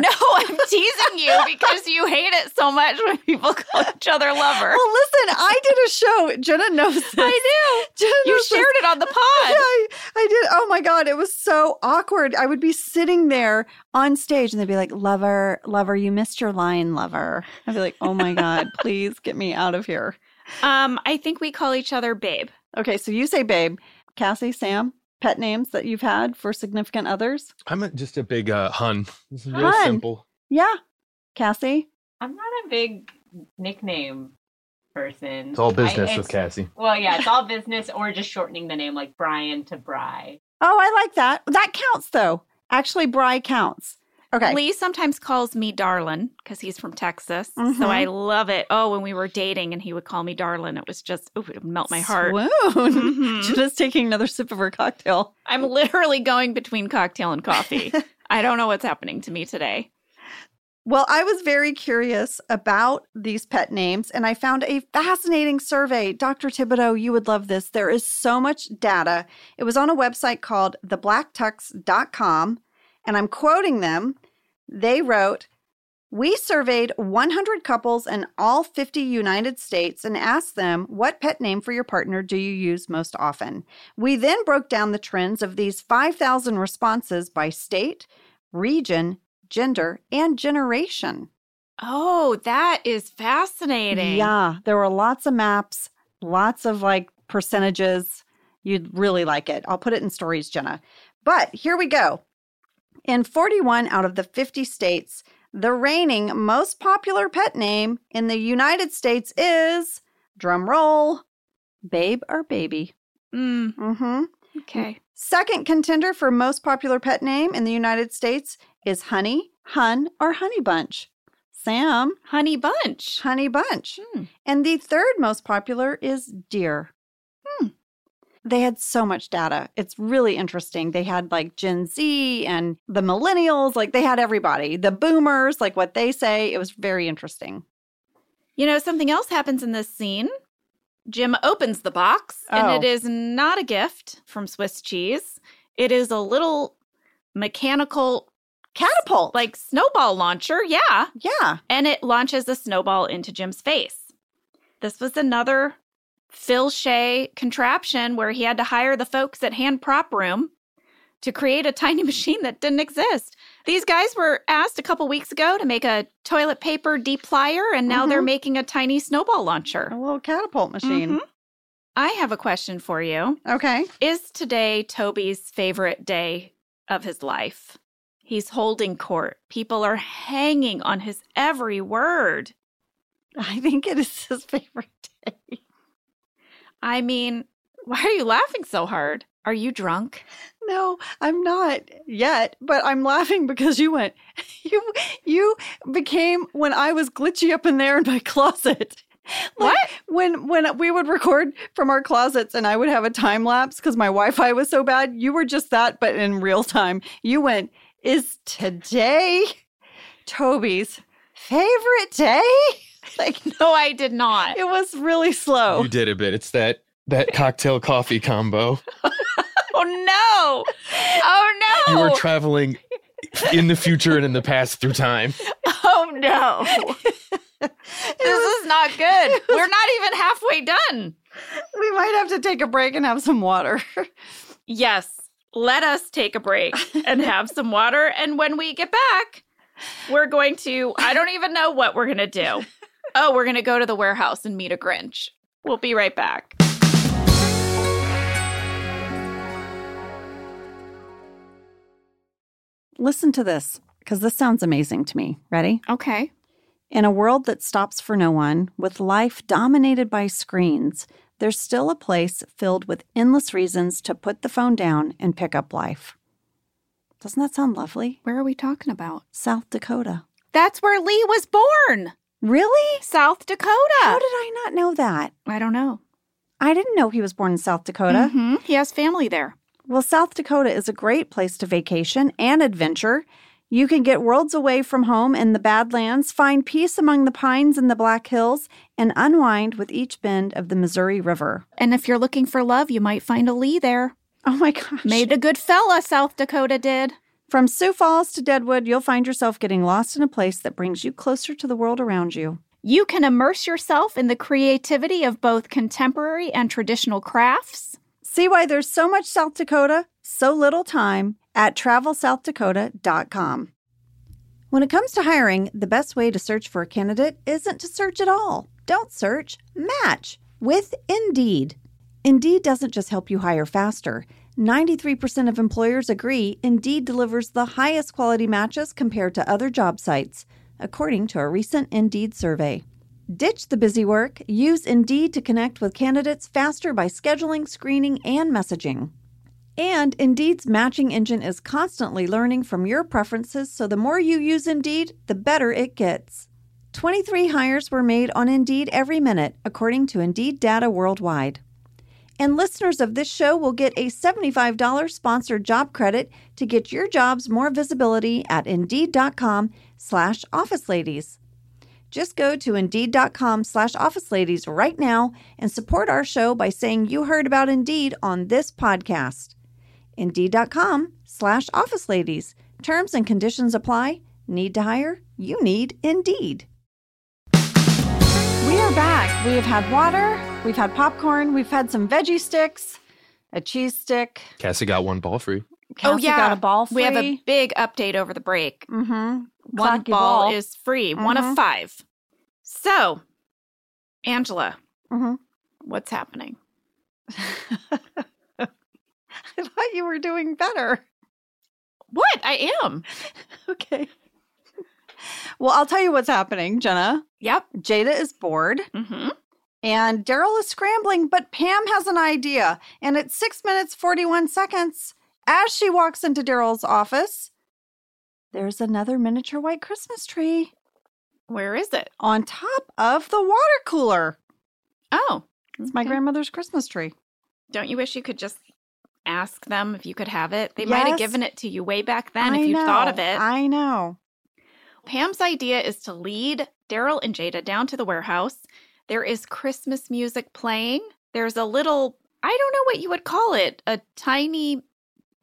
No, I'm teasing you because you hate it so much when people call each other lover. Well, listen, I did a show. Jenna knows this. I Jenna do. You knows this. shared it on the Yeah, pod. I, I did. Oh my God. It was so awkward. I would be sitting there on stage and they'd be like, Lover, lover, you missed your line, lover. I'd be like, Oh my God, please get me out of here. Um, I think we call each other babe. Okay. So you say, babe, Cassie, Sam, pet names that you've had for significant others? I'm a- just a big uh, hun. This is real Hun. simple. Yeah. Cassie? I'm not a big nickname person. It's all business I- with it's- Cassie. Well, yeah, it's all business or just shortening the name like Brian to Bry. Oh, I like that. That counts though. Actually, Bry counts. Okay. Lee sometimes calls me darlin because he's from Texas. Mhm. So I love it. Oh, when we were dating and he would call me darlin, it was just, ooh, it would melt my heart. Swoon. Mhm. Jenna's taking another sip of her cocktail. I'm literally going between cocktail and coffee. I don't know what's happening to me today. Well, I was very curious about these pet names and I found a fascinating survey. Dr. Thibodeau, you would love this. There is so much data. It was on a website called thebacktux.com, and I'm quoting them. They wrote, we surveyed 100 couples in all 50 United States and asked them, What pet name for your partner do you use most often? We then broke down the trends of these 5,000 responses by state, region, gender, and generation. Oh, that is fascinating. Yeah, there were lots of maps, lots of like percentages. You'd really like it. I'll put it in stories, Jenna. But here we go. In 41 out of the 50 states, the reigning most popular pet name in the United States is drum roll, babe or baby. Mm, Mm-hmm. okay. Second contender for most popular pet name in the United States is honey, hun, or honey bunch. Sam, Honey Bunch. honey bunch. Hmm. And the third most popular is deer. They had so much data. It's really interesting. They had like Gen Z and the millennials, like they had everybody, the boomers, like what they say. It was very interesting. You know, something else happens in this scene. Jim opens the box, Oh. and it is not a gift from Swiss cheese. It is a little mechanical, Catapult. like snowball launcher. Yeah. yeah. And it launches a snowball into Jim's face. This was another Phil Shea contraption where he had to hire the folks at Hand Prop Room to create a tiny machine that didn't exist. These guys were asked a couple weeks ago to make a toilet paper deplier, and now they're making a tiny snowball launcher. A little catapult machine. Mhm. I have a question for you. Okay. Is today Toby's favorite day of his life? He's holding court. People are hanging on his every word. I think it is his favorite day. I mean, why are you laughing so hard? Are you drunk? No, I'm not yet, but I'm laughing because you went, you, you became when I was glitchy up in there in my closet. Like, What? When when we would record from our closets and I would have a time lapse because my Wi-Fi was so bad, you were just that, but in real time. You went, is today Toby's favorite day? Like No, I did not. it was really slow. You did a bit. It's that that cocktail coffee combo. Oh no! Oh You no! were traveling in the future and in the past through time. oh no! this is not good. We're not even halfway done. We might have to take a break and have some water. Yes, let us take a break and have some water. And when we get back, we're going to, I don't even know what we're going to do. Oh, we're going to go to the warehouse and meet a Grinch. We'll be right back. Listen to this because this sounds amazing to me. Ready? Okay. In a world that stops for no one, with life dominated by screens, there's still a place filled with endless reasons to put the phone down and pick up life. Doesn't that sound lovely? Where are we talking about? South Dakota. That's where Lee was born, Really? South Dakota. How did I not know that? I don't know. I didn't know he was born in South Dakota. Mhm. He has family there. Well, South Dakota is a great place to vacation and adventure. You can get worlds away from home in the Badlands, find peace among the pines in the Black Hills, and unwind with each bend of the Missouri River. And if you're looking for love, you might find a Lee there. Oh my gosh. Made a good fella, South Dakota did. From Sioux Falls to Deadwood, you'll find yourself getting lost in a place that brings you closer to the world around you. You can immerse yourself in the creativity of both contemporary and traditional crafts. See why there's so much South Dakota, so little time at travelsouthdakota.com. When it comes to hiring, the best way to search for a candidate isn't to search at all. Don't search, match with Indeed. Indeed doesn't just help you hire faster. 93% of employers agree Indeed delivers the highest quality matches compared to other job sites, according to a recent Indeed survey. Ditch the busy work. Use Indeed to connect with candidates faster by scheduling, screening, and messaging. And Indeed's matching engine is constantly learning from your preferences, so the more you use Indeed, the better it gets. 23 hires were made on Indeed every minute, according to Indeed data worldwide. And listeners of this show will get a $75 sponsored job credit to get your jobs more visibility at indeed.com slash office ladies. Just go to indeed.com slash office ladies right now and support our show by saying you heard about Indeed on this podcast. Indeed.com slash office ladies. Terms and conditions apply. Need to hire? You need Indeed. We are back. We have had water, we've had popcorn, we've had some veggie sticks, a cheese stick. Cassie got one ball free. Oh, Cassie yeah. got a ball free. We have a big update over the break. mm-hmm. One Clocky ball, ball. is free, one Mhm. of five. So, Angela, Mhm. what's happening? I thought you were doing better. What? I am. Okay. Well, I'll tell you what's happening, Jenna. Yep. Jada is bored hmm and Daryl is scrambling, but Pam has an idea. And at six minutes, 41 seconds, as she walks into Daryl's office, there's another miniature white Christmas tree Where is it? on top of the water cooler. Oh, It's my okay. grandmother's Christmas tree. Don't you wish you could just ask them if you could have it? They might Yes. have given it to you way back then I if you thought of know, it. I know. Pam's idea is to lead Daryl and Jada down to the warehouse. There is Christmas music playing. There's a little, I don't know what you would call it, a tiny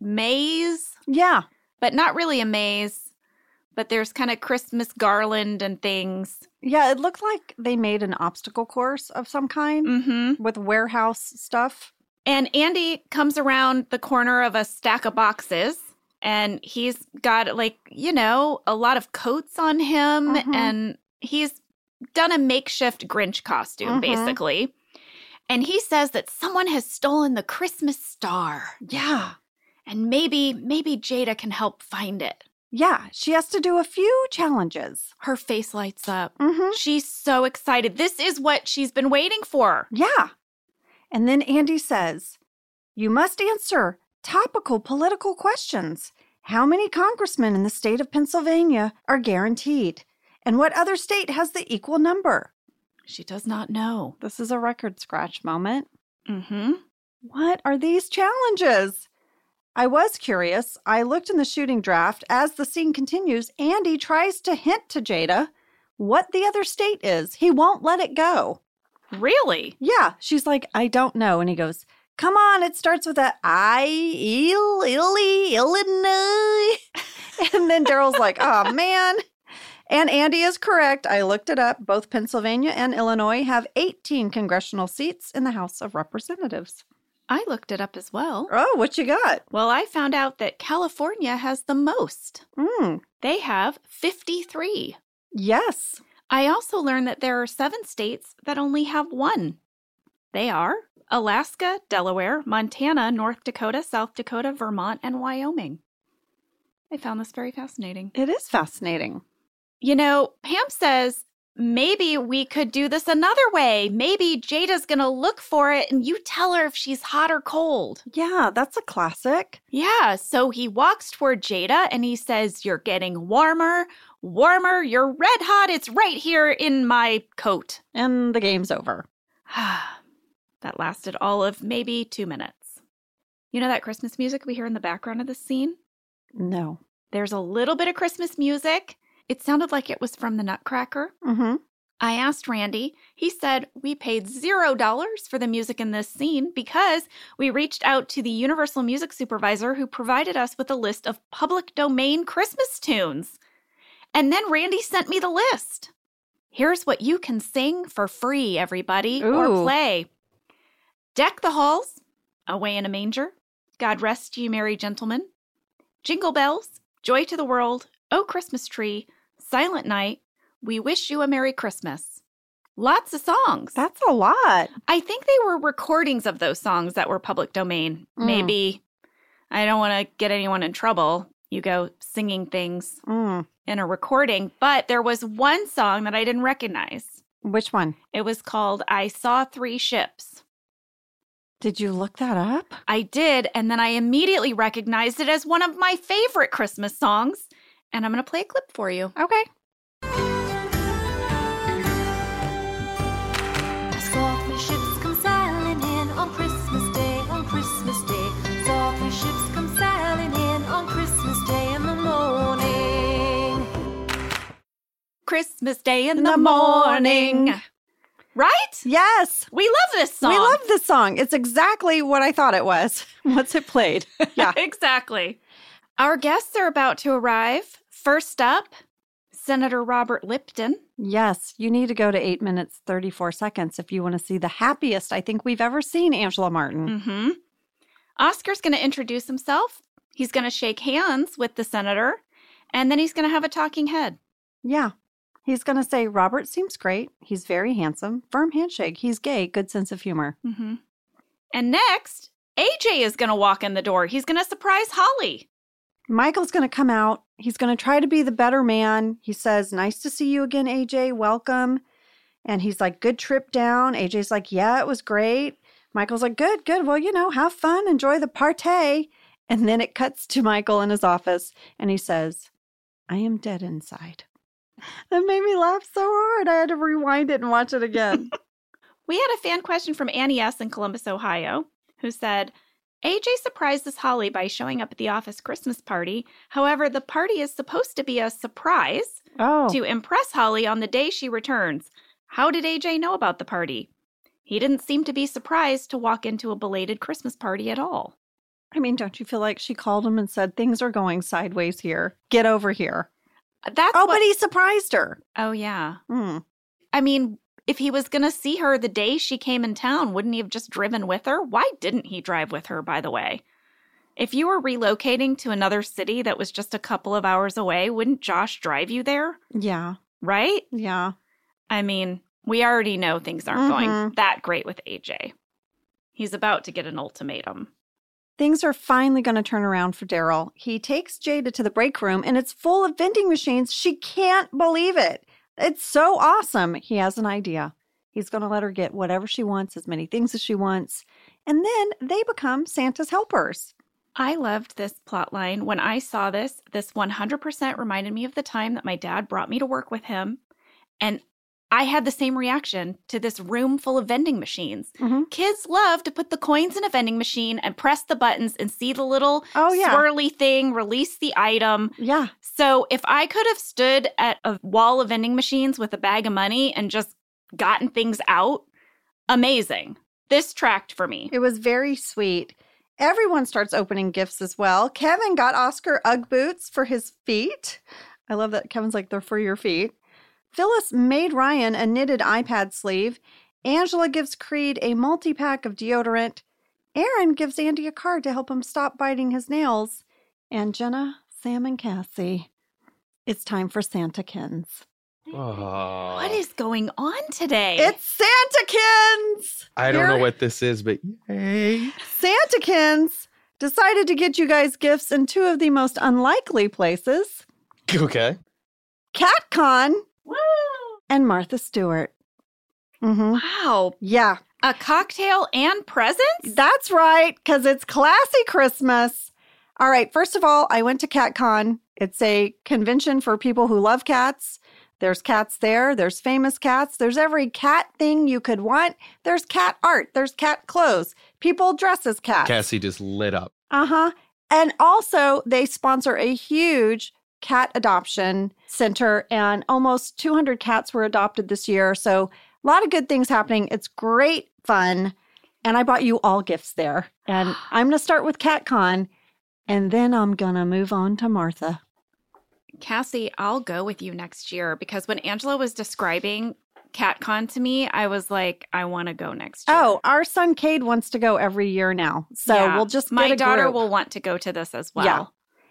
maze, Yeah. but not really a maze. But there's kind of Christmas garland and things. Yeah. It looked like they made an obstacle course of some kind hmm with warehouse stuff. And Andy comes around the corner of a stack of boxes and he's got like, you know, a lot of coats on him Mhm. and he's done a makeshift Grinch costume Mhm. basically. And he says that someone has stolen the Christmas star Yeah. and maybe maybe Jada can help find it. Yeah, she has to do a few challenges. Her face lights up. Mm-hmm. She's so excited. This is what she's been waiting for. Yeah. And then Andy says, You must answer topical political questions. How many congressmen in the state of Pennsylvania are guaranteed? And what other state has the equal number? She does not know. This is a record scratch moment. Mhm. What are these challenges? I was curious. I looked in the shooting draft. As the scene continues, Andy tries to hint to Jada what the other state is. He won't let it go. Really? Yeah. She's like, I don't know. And he goes, Come on, it starts with a I, ill, illy, Illinois. And then Daryl's like, Oh, man. And Andy is correct. I looked it up. Both Pennsylvania and Illinois have 18 congressional seats in the House of Representatives. I looked it up as well. Oh, what you got? Well, I found out that California has the most. Mm, They have 53. yes. I also learned that there are seven states that only have one. They are Alaska, Delaware, Montana, North Dakota, South Dakota, Vermont, and Wyoming. I found this very fascinating. It is fascinating. You know, Pam says maybe we could do this another way. Maybe Jada's going to look for it and you tell her if she's hot or cold. Yeah, that's a classic. Yeah, so he walks toward Jada and he says, You're getting warmer, warmer, you're red hot, it's right here in my coat. And the game's over. that lasted all of maybe two minutes. You know that Christmas music we hear in the background of this scene? No. There's a little bit of Christmas music. It sounded like it was from the Nutcracker. Mm-hmm. I asked Randy. He said, We paid zero dollars for the music in this scene because we reached out to the Universal Music Supervisor who provided us with a list of public domain Christmas tunes. And then Randy sent me the list. Here's what you can sing for free, everybody, Ooh. or play Deck the Halls, Away in a Manger, God Rest You Merry Gentlemen, Jingle Bells, Joy to the World, Oh Christmas Tree, Silent Night, we Wish You a Merry Christmas. Lots of songs. That's a lot. I think they were recordings of those songs that were public domain. Mm. Maybe I don't want to get anyone in trouble. You go singing things Mm. in a recording, but there was one song that I didn't recognize. Which one? It was called I Saw Three Ships. Did you look that up? I did, and then I immediately recognized it as one of my favorite Christmas songs. And I'm going to play a clip for you. Okay. I saw three ships come sailing in on Christmas Christmas Day in the morning. Right? Yes. We love this song. We love this song. It's exactly what I thought it was once it played. Yeah. exactly. Our guests are about to arrive. First up, Senator Robert Lipton. yes. You need to go to eight minutes, 34 seconds if you want to see the happiest I think we've ever seen Angela Martin. Mm-hmm. Oscar's going to introduce himself. He's going to shake hands with the senator, and then he's going to have a talking head. Yeah. He's going to say, Robert seems great. He's very handsome, firm handshake. He's gay, good sense of humor. Mm-hmm. And next, AJ is going to walk in the door. He's going to surprise Holly. Michael's going to come out. He's going to try to be the better man. He says, Nice to see you again, AJ. Welcome. And he's like, Good trip down. AJ's like, Yeah, it was great. Michael's like, Good, good. Well, you know, have fun. Enjoy the party. And then it cuts to Michael in his office and he says, I am dead inside. That made me laugh so hard. I had to rewind it and watch it again. We had a fan question from Annie S. in Columbus, Ohio, who said, AJ surprises Holly by showing up at the office Christmas party. However, the party is supposed to be a surprise oh, to impress Holly on the day she returns. How did AJ know about the party? He didn't seem to be surprised to walk into a belated Christmas party at all. I mean, don't you feel like she called him and said, Things are going sideways here. Get over here. That's oh, what- but he surprised her. oh yeah. Hmm. I mean, if he was going to see her the day she came in town, wouldn't he have just driven with her? Why didn't he drive with her, by the way? If you were relocating to another city that was just a couple of hours away, wouldn't Josh drive you there? Yeah. Right? Yeah. I mean, we already know things aren't going Mhm. that great with AJ. He's about to get an ultimatum. Things are finally going to turn around for Daryl. He takes Jada to the break room and it's full of vending machines. She can't believe it. It's so awesome. He has an idea. He's going to let her get whatever she wants, as many things as she wants. And then they become Santa's helpers. I loved this plot line. When I saw this, this 100% reminded me of the time that my dad brought me to work with him. And I had the same reaction to this room full of vending machines. Mhm. Kids love to put the coins in a vending machine and press the buttons and see the little Oh, yeah. swirly thing release the item. Yeah. So if I could have stood at a wall of vending machines with a bag of money and just gotten things out, amazing. This tracked for me. It was very sweet. Everyone starts opening gifts as well. Kevin got Oscar Ugg boots for his feet. I love that Kevin's like, they're for your feet. Phyllis made Ryan a knitted iPad sleeve. Angela gives Creed a multi pack of deodorant. Aaron gives Andy a card to help him stop biting his nails. And Jenna, Sam, and Cassie. It's time for Santakins. Oh, What is going on today? It's Santakins! I don't know You're- what this is, but yay. Santakins decided to get you guys gifts in two of the most unlikely places Okay. CatCon Woo! and Martha Stewart. hmm Wow, Yeah, a cocktail and presents? that's right, because it's classy Christmas. All right, first of all, I went to CatCon. It's a convention for people who love cats. There's cats there, there's famous cats, there's every cat thing you could want. There's cat art, there's cat clothes. People dress as cats. Cassie just lit up. Uh huh. And also, they sponsor a huge cat adoption center, and almost 200 cats were adopted this year. So, a lot of good things happening. It's great fun. And I bought you all gifts there. And I'm going to start with CatCon, and then I'm going to move on to Martha. Cassie, I'll go with you next year because when Angela was describing CatCon to me, I was like, I want to go next year. Oh, our son Cade wants to go every year now. So, Yeah. we'll just get my a daughter group. will want to go to this as well. Yeah.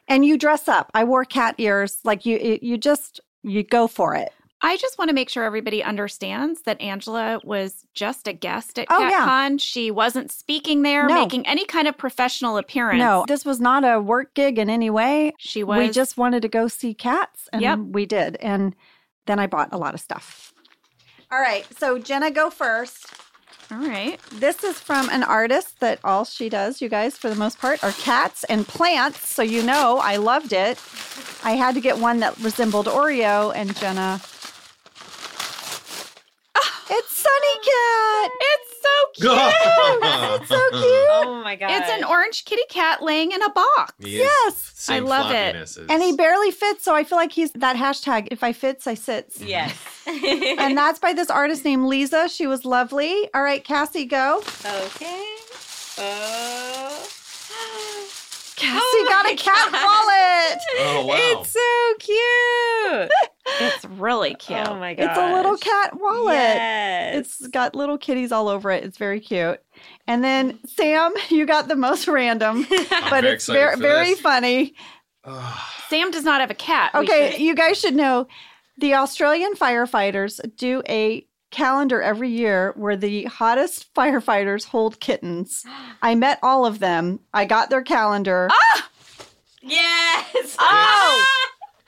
And you dress up. I wore cat ears. Like, you, you- you just, you go for it. I just want to make sure everybody understands that Angela was just a guest at Oh, CatCon. yeah. She wasn't speaking there, No. making any kind of professional appearance. No, this was not a work gig in any way. she was. We just wanted to go see cats, and Yep. we did. And then I bought a lot of stuff. All right, so Jenna, go first. all right. This is from an artist that all she does, you guys, for the most part, are cats and plants. So you know, I loved it. I had to get one that resembled Oreo, and Jenna. It's Sunny Ah! Cat. It's so cute. It's so cute. Oh my my god. It's an orange kitty cat laying in a box. He is Yes. I same love it. floppinesses. And he barely fits, so I feel like he's that hashtag, if I fits, I sits. Yes. And that's by this artist named Lisa. She was lovely. All right, Cassie, go. okay. Oh. Cassie Oh got my a God. cat wallet. Oh wow. It's so cute. It's really cute. Oh my god. It's a little cat wallet. Yes. It's got little kitties all over it. It's very cute. And then Sam, you got the most random, I'm but very it's excited very for very this. funny. Ugh. Sam does not have a cat. We Okay, should- you guys should know the Australian firefighters do a calendar every year where the hottest firefighters hold kittens. I met all of them. I got their calendar. Oh, yes. Oh.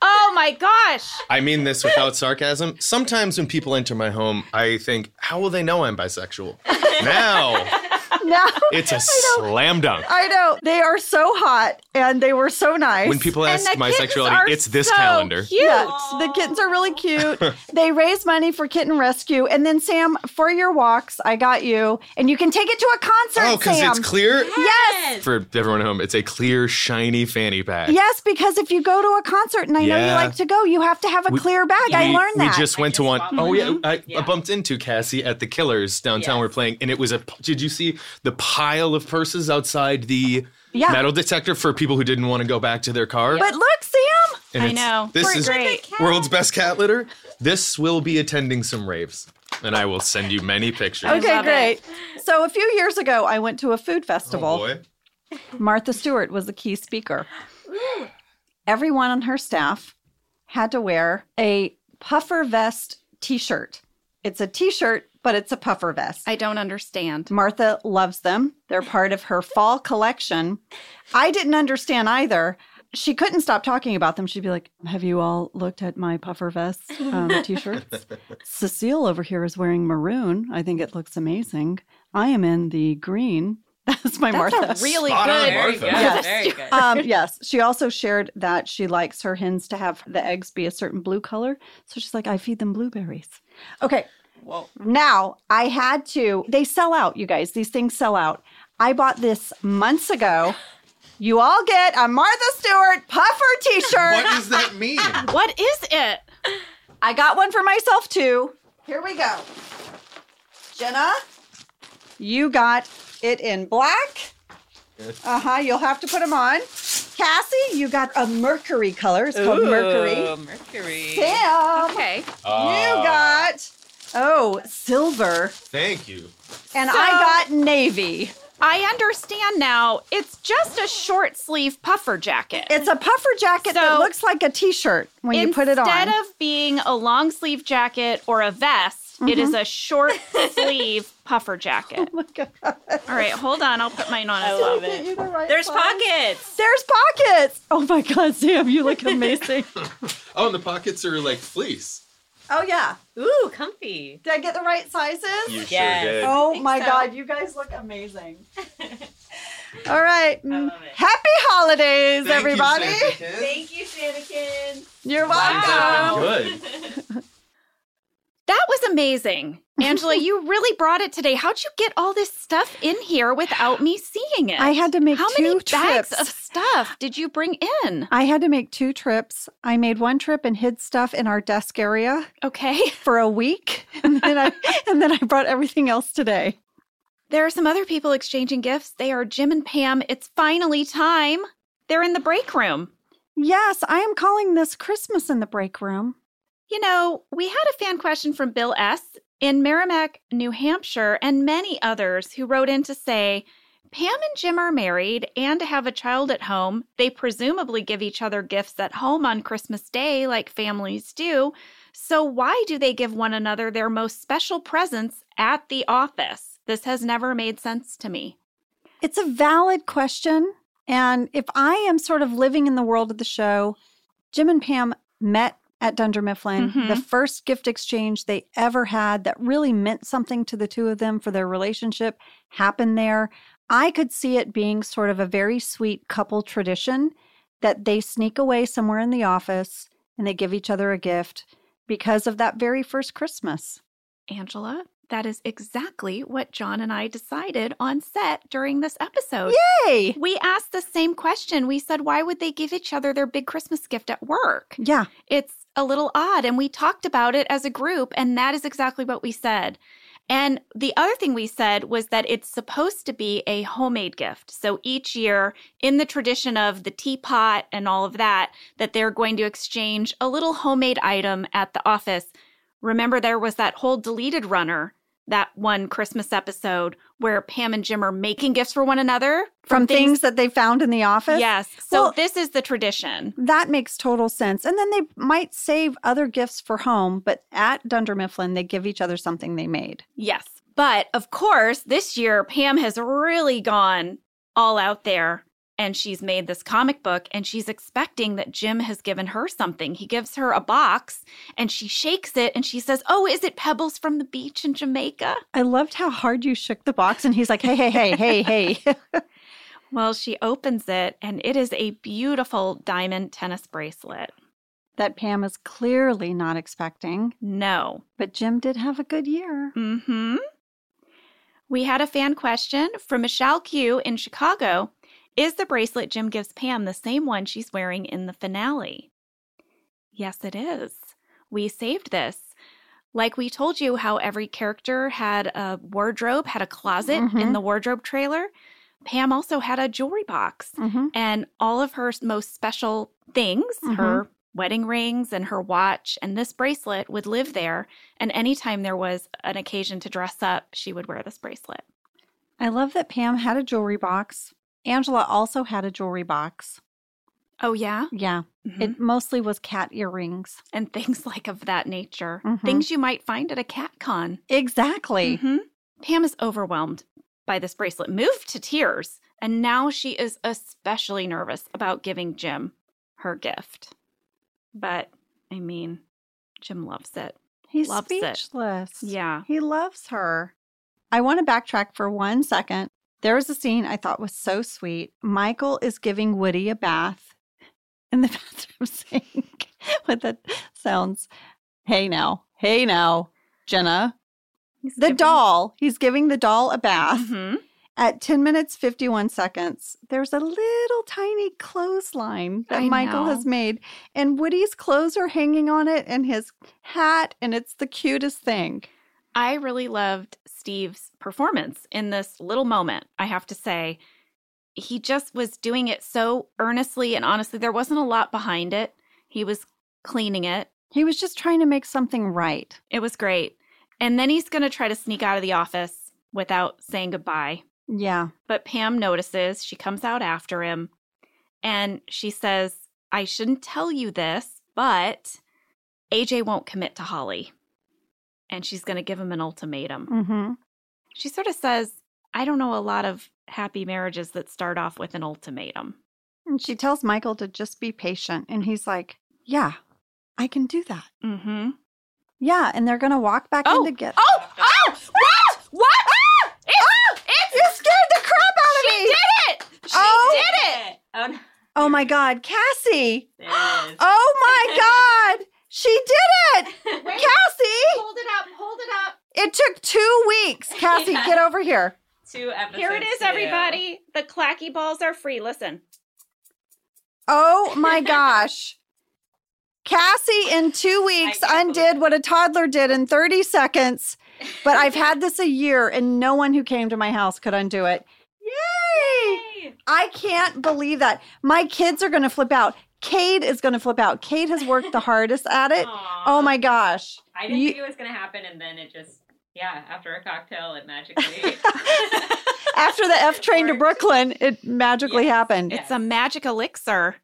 Oh my gosh. I mean this without sarcasm. Sometimes when people enter my home, I think, how will they know I'm bisexual? now Now it's a slam dunk. I know they are so hot and they were so nice. When people And ask the my kittens are sexuality, it's this so calendar. Cute. Yeah, the kittens are really cute. they raise money for kitten rescue, and then Sam, for your walks, I got you, and you can take it to a concert. Oh, because Sam. it's clear. Yes, For everyone at home, it's a clear, shiny fanny pack. yes, because if you go to a concert, and I know you Yeah. like to go, you have to have a We- clear bag. I we, learned that. We just I went to just one bought oh one. yeah, I, Yeah. I bumped into Cassie at the Killers downtown. Yes. We're playing, and it was a. Did you see the pile of purses outside the Yeah. metal detector for people who didn't want to go back to their car? but look, Sam, And I it's- know. This We're is great. world's best cat litter. This will be attending some raves, and I will send you many pictures. Okay, love great. it. So a few years ago, I went to a food Oh, festival. boy. Martha Stewart was the key speaker. Everyone on her staff had to wear a puffer vest t-shirt. It's a t-shirt, but it's a puffer vest. I don't understand. Martha loves them. They're part of her fall collection. I didn't understand either. She couldn't stop talking about them. She'd be like, Have you all looked at my puffer vest um, t shirts? Cecile over here is wearing maroon. I think it looks amazing. I am in the green. That's my That's Martha. a really Spot on, good. Martha. Very good. Yes. Very good. um, yes, she also shared that she likes her hens to have the eggs be a certain blue color. So she's like, I feed them blueberries. Okay. Whoa. Now I had to, they sell out, you guys. These things sell out. I bought this months ago. You all get a Martha Stewart puffer t What shirt. does that mean? What is it? I got one for myself too. Here we go. Jenna, you got it in black. Uh huh. You'll have to put them on. Cassie, you got a mercury color. It's called mercury. Mercury. Sam, Okay. you got oh silver, Thank you. and So- I got navy. I understand now. It's just a short sleeve puffer jacket. It's a puffer jacket that So- looks like a t-shirt when you put it on. Instead of being a long sleeve jacket or a vest, it is a short sleeve puffer jacket. Mm-hmm. oh my God. All right, hold on. I'll put mine on as well. Get you the right There's size. pockets. There's pockets. Oh my God, Sam, you look amazing. Oh, and the pockets are like fleece. oh yeah. Ooh, comfy. Did I get the right sizes? You Yes. sure did. Oh think my so. God, you guys look amazing. All right. mm, love it. Happy holidays, Thank you, everybody. Santa Kid. Thank you, Shanakin. You, are That welcome. was Good. That was amazing. Angela, you really brought it today. How'd you get all this stuff in here without me seeing it? I had to make How two many trips. bags of stuff did you bring in? I had to make two trips. I made one trip and hid stuff in our desk area Okay. for a week, and then I and then I brought everything else today. There are some other people exchanging gifts. They are Jim and Pam. It's finally time. They're in the break room. Yes, I am calling this Christmas in the break room. You know, we had a fan question from Bill S. in Merrimack, New Hampshire, and many others who wrote in to say Pam and Jim are married and have a child at home. They presumably give each other gifts at home on Christmas Day, like families do. So, why do they give one another their most special presents at the office? This has never made sense to me. It's a valid question. And if I am sort of living in the world of the show, Jim and Pam met at Dunder Mifflin, Mhm. the first gift exchange they ever had that really meant something to the two of them for their relationship happened there. I could see it being sort of a very sweet couple tradition that they sneak away somewhere in the office and they give each other a gift because of that very first Christmas. Angela, That is exactly what John and I decided on set during this episode. Hey. We asked the same question. We said, why would they give each other their big Christmas gift at work? Yeah. It's a little odd. And we talked about it as a group, and that is exactly what we said. And the other thing we said was that it's supposed to be a homemade gift. So each year, in the tradition of the teapot and all of that, that they're going to exchange a little homemade item at the office. Remember, there was that whole deleted runner, that one Christmas episode where Pam and Jim are making gifts for one another From things, that they found in the office. Yes. So Well- this is the tradition. That makes total sense. And then they might save other gifts for home, but at Dunder Mifflin, they give each other something they made. Yes. But of course, this year, Pam has really gone all out there and she's made this comic book and she's expecting that Jim has given her something. He gives her a box and she shakes it and she says, Oh, is it pebbles from the beach in Jamaica? I loved how hard you shook the box, and he's like, hey, hey, hey, hey, hey. Well, she opens it and it is a beautiful diamond tennis bracelet. that Pam is clearly not expecting. No. But Jim did have a good year. Mm-hmm. We had a fan question from Michelle Q in Chicago. Is the bracelet Jim gives Pam the same one she's wearing in the finale? Yes, it is. We saved this. Like we told you, how every character had a wardrobe, had a closet in Mhm. the wardrobe trailer. Pam also had a jewelry box Mm-hmm. and all of her most special things her wedding rings and her watch and this bracelet would live there and anytime there was an occasion to dress up she would wear this bracelet I love that Pam had a jewelry box. Angela also had a jewelry box. oh yeah Yeah, Mhm. it mostly was cat earrings. and things like of that nature Mhm. things you might find at a cat con Exactly. Mhm. pam is overwhelmed by this bracelet moved to tears and now she is especially nervous about giving jim her gift but i mean jim loves it He's Loves it. speechless. yeah He loves her. I want to backtrack for one second. There was a scene I thought was so sweet. Michael is giving Woody a bath in the bathroom sink with the sounds. Hey now. Hey now, Jenna. He's The giving- doll. He's giving the doll a bath Mhm. at 10 minutes 51 seconds. There's a little tiny clothesline that I Michael know. has made, and Woody's clothes are hanging on it and his hat, and it's the cutest thing. I really loved Steve's performance in this little moment, I have to say. He just was doing it so earnestly and honestly. There wasn't a lot behind it. He was cleaning it. He was just trying to make something right. It was great. And then he's going to try to sneak out of the office without saying goodbye. Yeah. But Pam notices. She comes out after him and she says, I shouldn't tell you this, but AJ won't commit to Holly. And she's going to give him an ultimatum. Mm-hmm. She sort of says, I don't know a lot of happy marriages that start off with an ultimatum. And she tells Michael to just be patient. And he's like, Yeah, I can do that. Mm hmm. Yeah. And they're going to walk back Oh, in to get. Oh, oh, what? What? It's, it's, You scared the crap out of she me. did it. She Oh. did it. Oh, no. Oh my God. Cassie. There it is. Oh my God. She did it. Wait, Cassie. hold it up. Hold it up. It took two weeks. Cassie, Yeah. get over here. Two episodes. Here it is, two. everybody. The clacky balls are free. Listen. Oh my gosh. Cassie in two weeks can't believe undid it. what a toddler did in 30 seconds, but I've had this a year and no one who came to my house could undo it. Yay! Yay. I can't believe that. My kids are going to flip out. Cade is going to flip out. Cade has worked the hardest at it. Aw. Oh my gosh. I didn't You- think it was gonna happen, and then it just yeah. After a cocktail, it magically. After the F train to Worked. Brooklyn, it magically Yes. happened. Yeah. It's a magic elixir.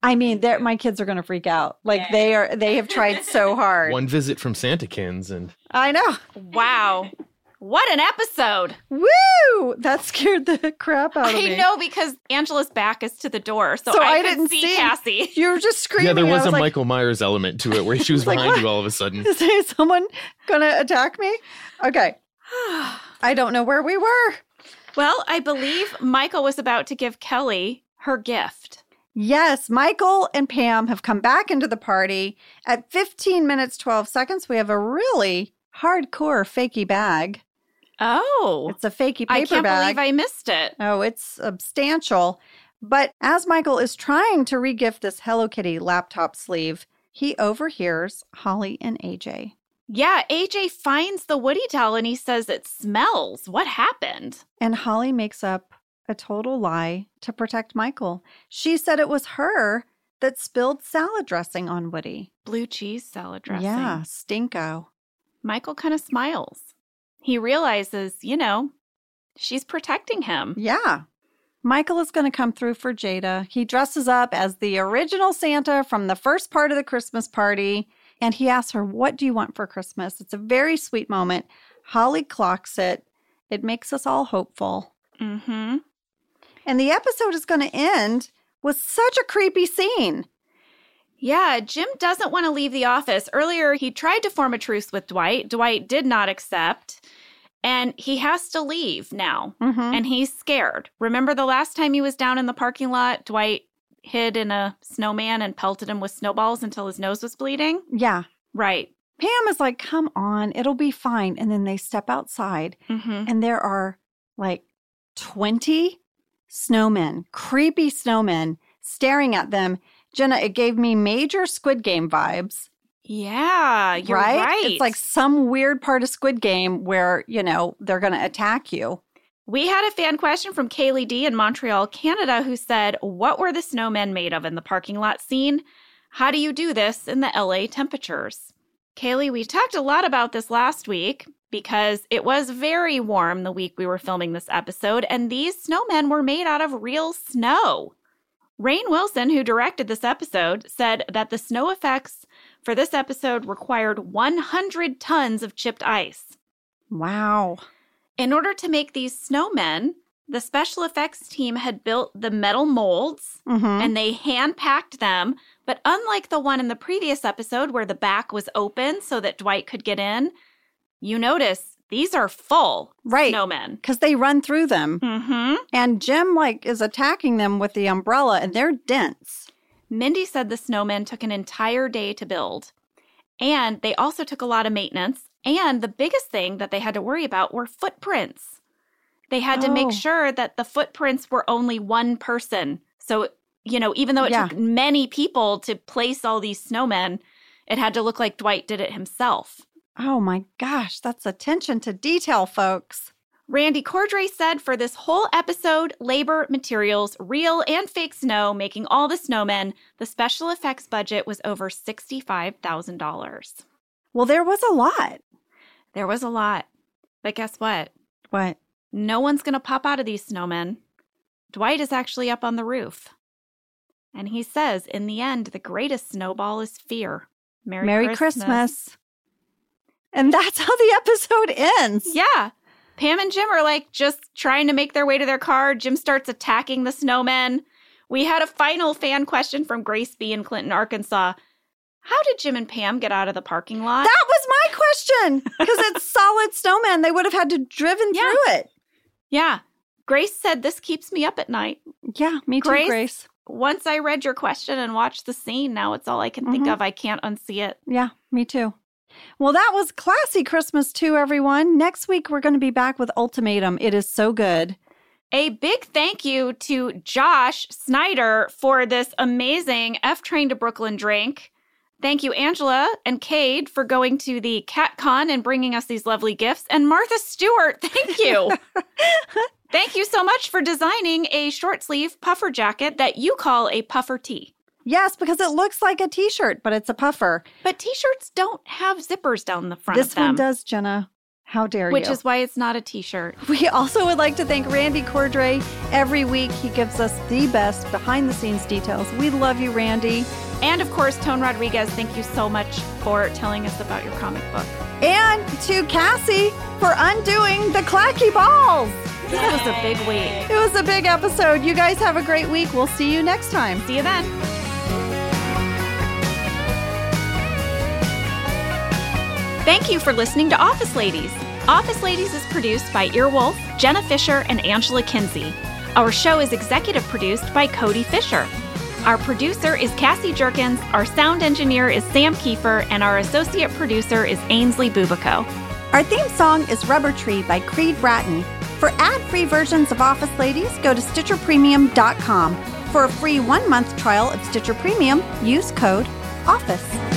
I mean, they're- my kids are going to freak out. Like Yeah. they are they have tried so hard. One visit from Santakins and I know. Wow. What an episode. Woo! That scared the crap out of I me. know because Angela's back is to the door, so, So I, I could didn't see, see. Cassie. You were just screaming. yeah, there and was, I a like, Michael Myers element to it where she was like, behind what? you all of a sudden. Is there someone going to attack me? Okay. I don't know where we were. Well, I believe Michael was about to give Kelly her gift. Yes, Michael and Pam have come back into the party. At 15 minutes 12 seconds, we have a really hardcore fakey bag. Oh, It's a fakey paper I can't bag. believe I missed it. Oh, it's substantial. But as Michael is trying to regift this Hello Kitty laptop sleeve, he overhears Holly and AJ. Yeah, AJ finds the Woody doll and he says it smells. What happened? And Holly makes up a total lie to protect Michael. She said it was her that spilled salad dressing on Woody. Blue cheese salad dressing. Yeah, stinko. Michael kind of smiles. He realizes, you know, she's protecting him. Yeah. Michael is going to come through for Jada. He dresses up as the original Santa from the first part of the Christmas party and he asks her, What do you want for Christmas? It's a very sweet moment. Holly clocks it. It makes us all hopeful. Mm-hmm. And the episode is going to end with such a creepy scene. Yeah, Jim doesn't want to leave the office. Earlier, he tried to form a truce with Dwight. Dwight did not accept, and he has to leave now. Mm-hmm. And he's scared. Remember the last time he was down in the parking lot? Dwight hid in a snowman and pelted him with snowballs until his nose was bleeding? Yeah. Right. Pam is like, Come on, it'll be fine. And then they step outside Mm-hmm. and there are like 20 snowmen, creepy snowmen staring at them. Jenna, it gave me major Squid Game vibes, Yeah, Uh, you're right? right. It's like some weird part of Squid Game where, you know, they're going to attack you. we had a fan question from Kaylee D in Montreal, Canada, who said, "What were the snowmen made of in the parking lot scene? How do you do this in the LA temperatures?" Kaylee, we talked a lot about this last week because it was very warm the week we were filming this episode, and these snowmen were made out of real snow. Rain Wilson, who directed this episode, said that the snow effects for this episode required 100 tons of chipped ice. Wow. In order to make these snowmen, the special effects team had built the metal molds Mhm. and they hand packed them. But unlike the one in the previous episode where the back was open so that Dwight could get in, you notice these are full Right. snowmen. Because they run through them hmm and Jim, like, is attacking them with the umbrella and they're dense. Mindy said the snowmen took an entire day to build. And they also took a lot of maintenance. And the biggest thing that they had to worry about were footprints. They had to Oh. make sure that the footprints were only one person. So, you know, even though it Yeah. took many people to place all these snowmen, it had to look like Dwight did it himself. Oh my gosh, that's attention to detail, folks. Randy Cordray said for this whole episode, labor, materials, real and fake snow, making all the snowmen, the special effects budget was over $65,000. Well, there was a lot. There was a lot. But guess what? What? No one's going to pop out of these snowmen. Dwight is actually up on the roof. And he says, in the end, the greatest snowball is fear. Merry, Merry, Christmas. And that's how the episode ends. Yeah. Pam and Jim are like just trying to make their way to their car. Jim starts attacking the snowmen. We had a final fan question from Grace B in Clinton, Arkansas. How did Jim and Pam get out of the parking lot? That was my question because it's solid snowman. They would have had to driven Yeah. through it. yeah. Grace said, This keeps me up at night. Yeah, me too, Grace. Grace? Once I read your question and watched the scene, now it's all I can think Mhm. of. I can't unsee it. Yeah, me too. Well, that was classy Christmas too, everyone. Next week we're going to be back with Ultimatum. It is so good. A big thank you to Josh Snyder for this amazing F Train to Brooklyn drink. Thank you, Angela and Cade, for going to the CatCon and bringing us these lovely gifts. And Martha Stewart, thank you. thank you so much for designing a short sleeve puffer jacket that you call a puffer tee. Yes, because it looks like a t-shirt, but it's a puffer. But t shirts don't have zippers down the front this of them, one does, Jenna. How dare which you? is why it's not a t shirt. We also would like to thank Randy Cordray. Every week he gives us the best behind the scenes details. We love you, Randy. And of course, Tone Rodriguez, thank you so much for telling us about your comic book. and to Cassie for undoing the clacky balls. This was a big week. It was a big episode. You guys have a great week. We'll see you next time. See you then. Thank you for listening to Office Ladies. Office Ladies is produced by Earwolf, Jenna Fisher, and Angela Kinsey. Our show is executive produced by Cody Fisher. Our producer is Cassie Jerkins, our sound engineer is Sam Kiefer, and our associate producer is Ainsley Bubico. Our theme song is Rubber Tree by Creed Bratton. For ad free versions of Office Ladies, go to StitcherPremium.com. For a free one month trial of Stitcher Premium, use code OFFICE.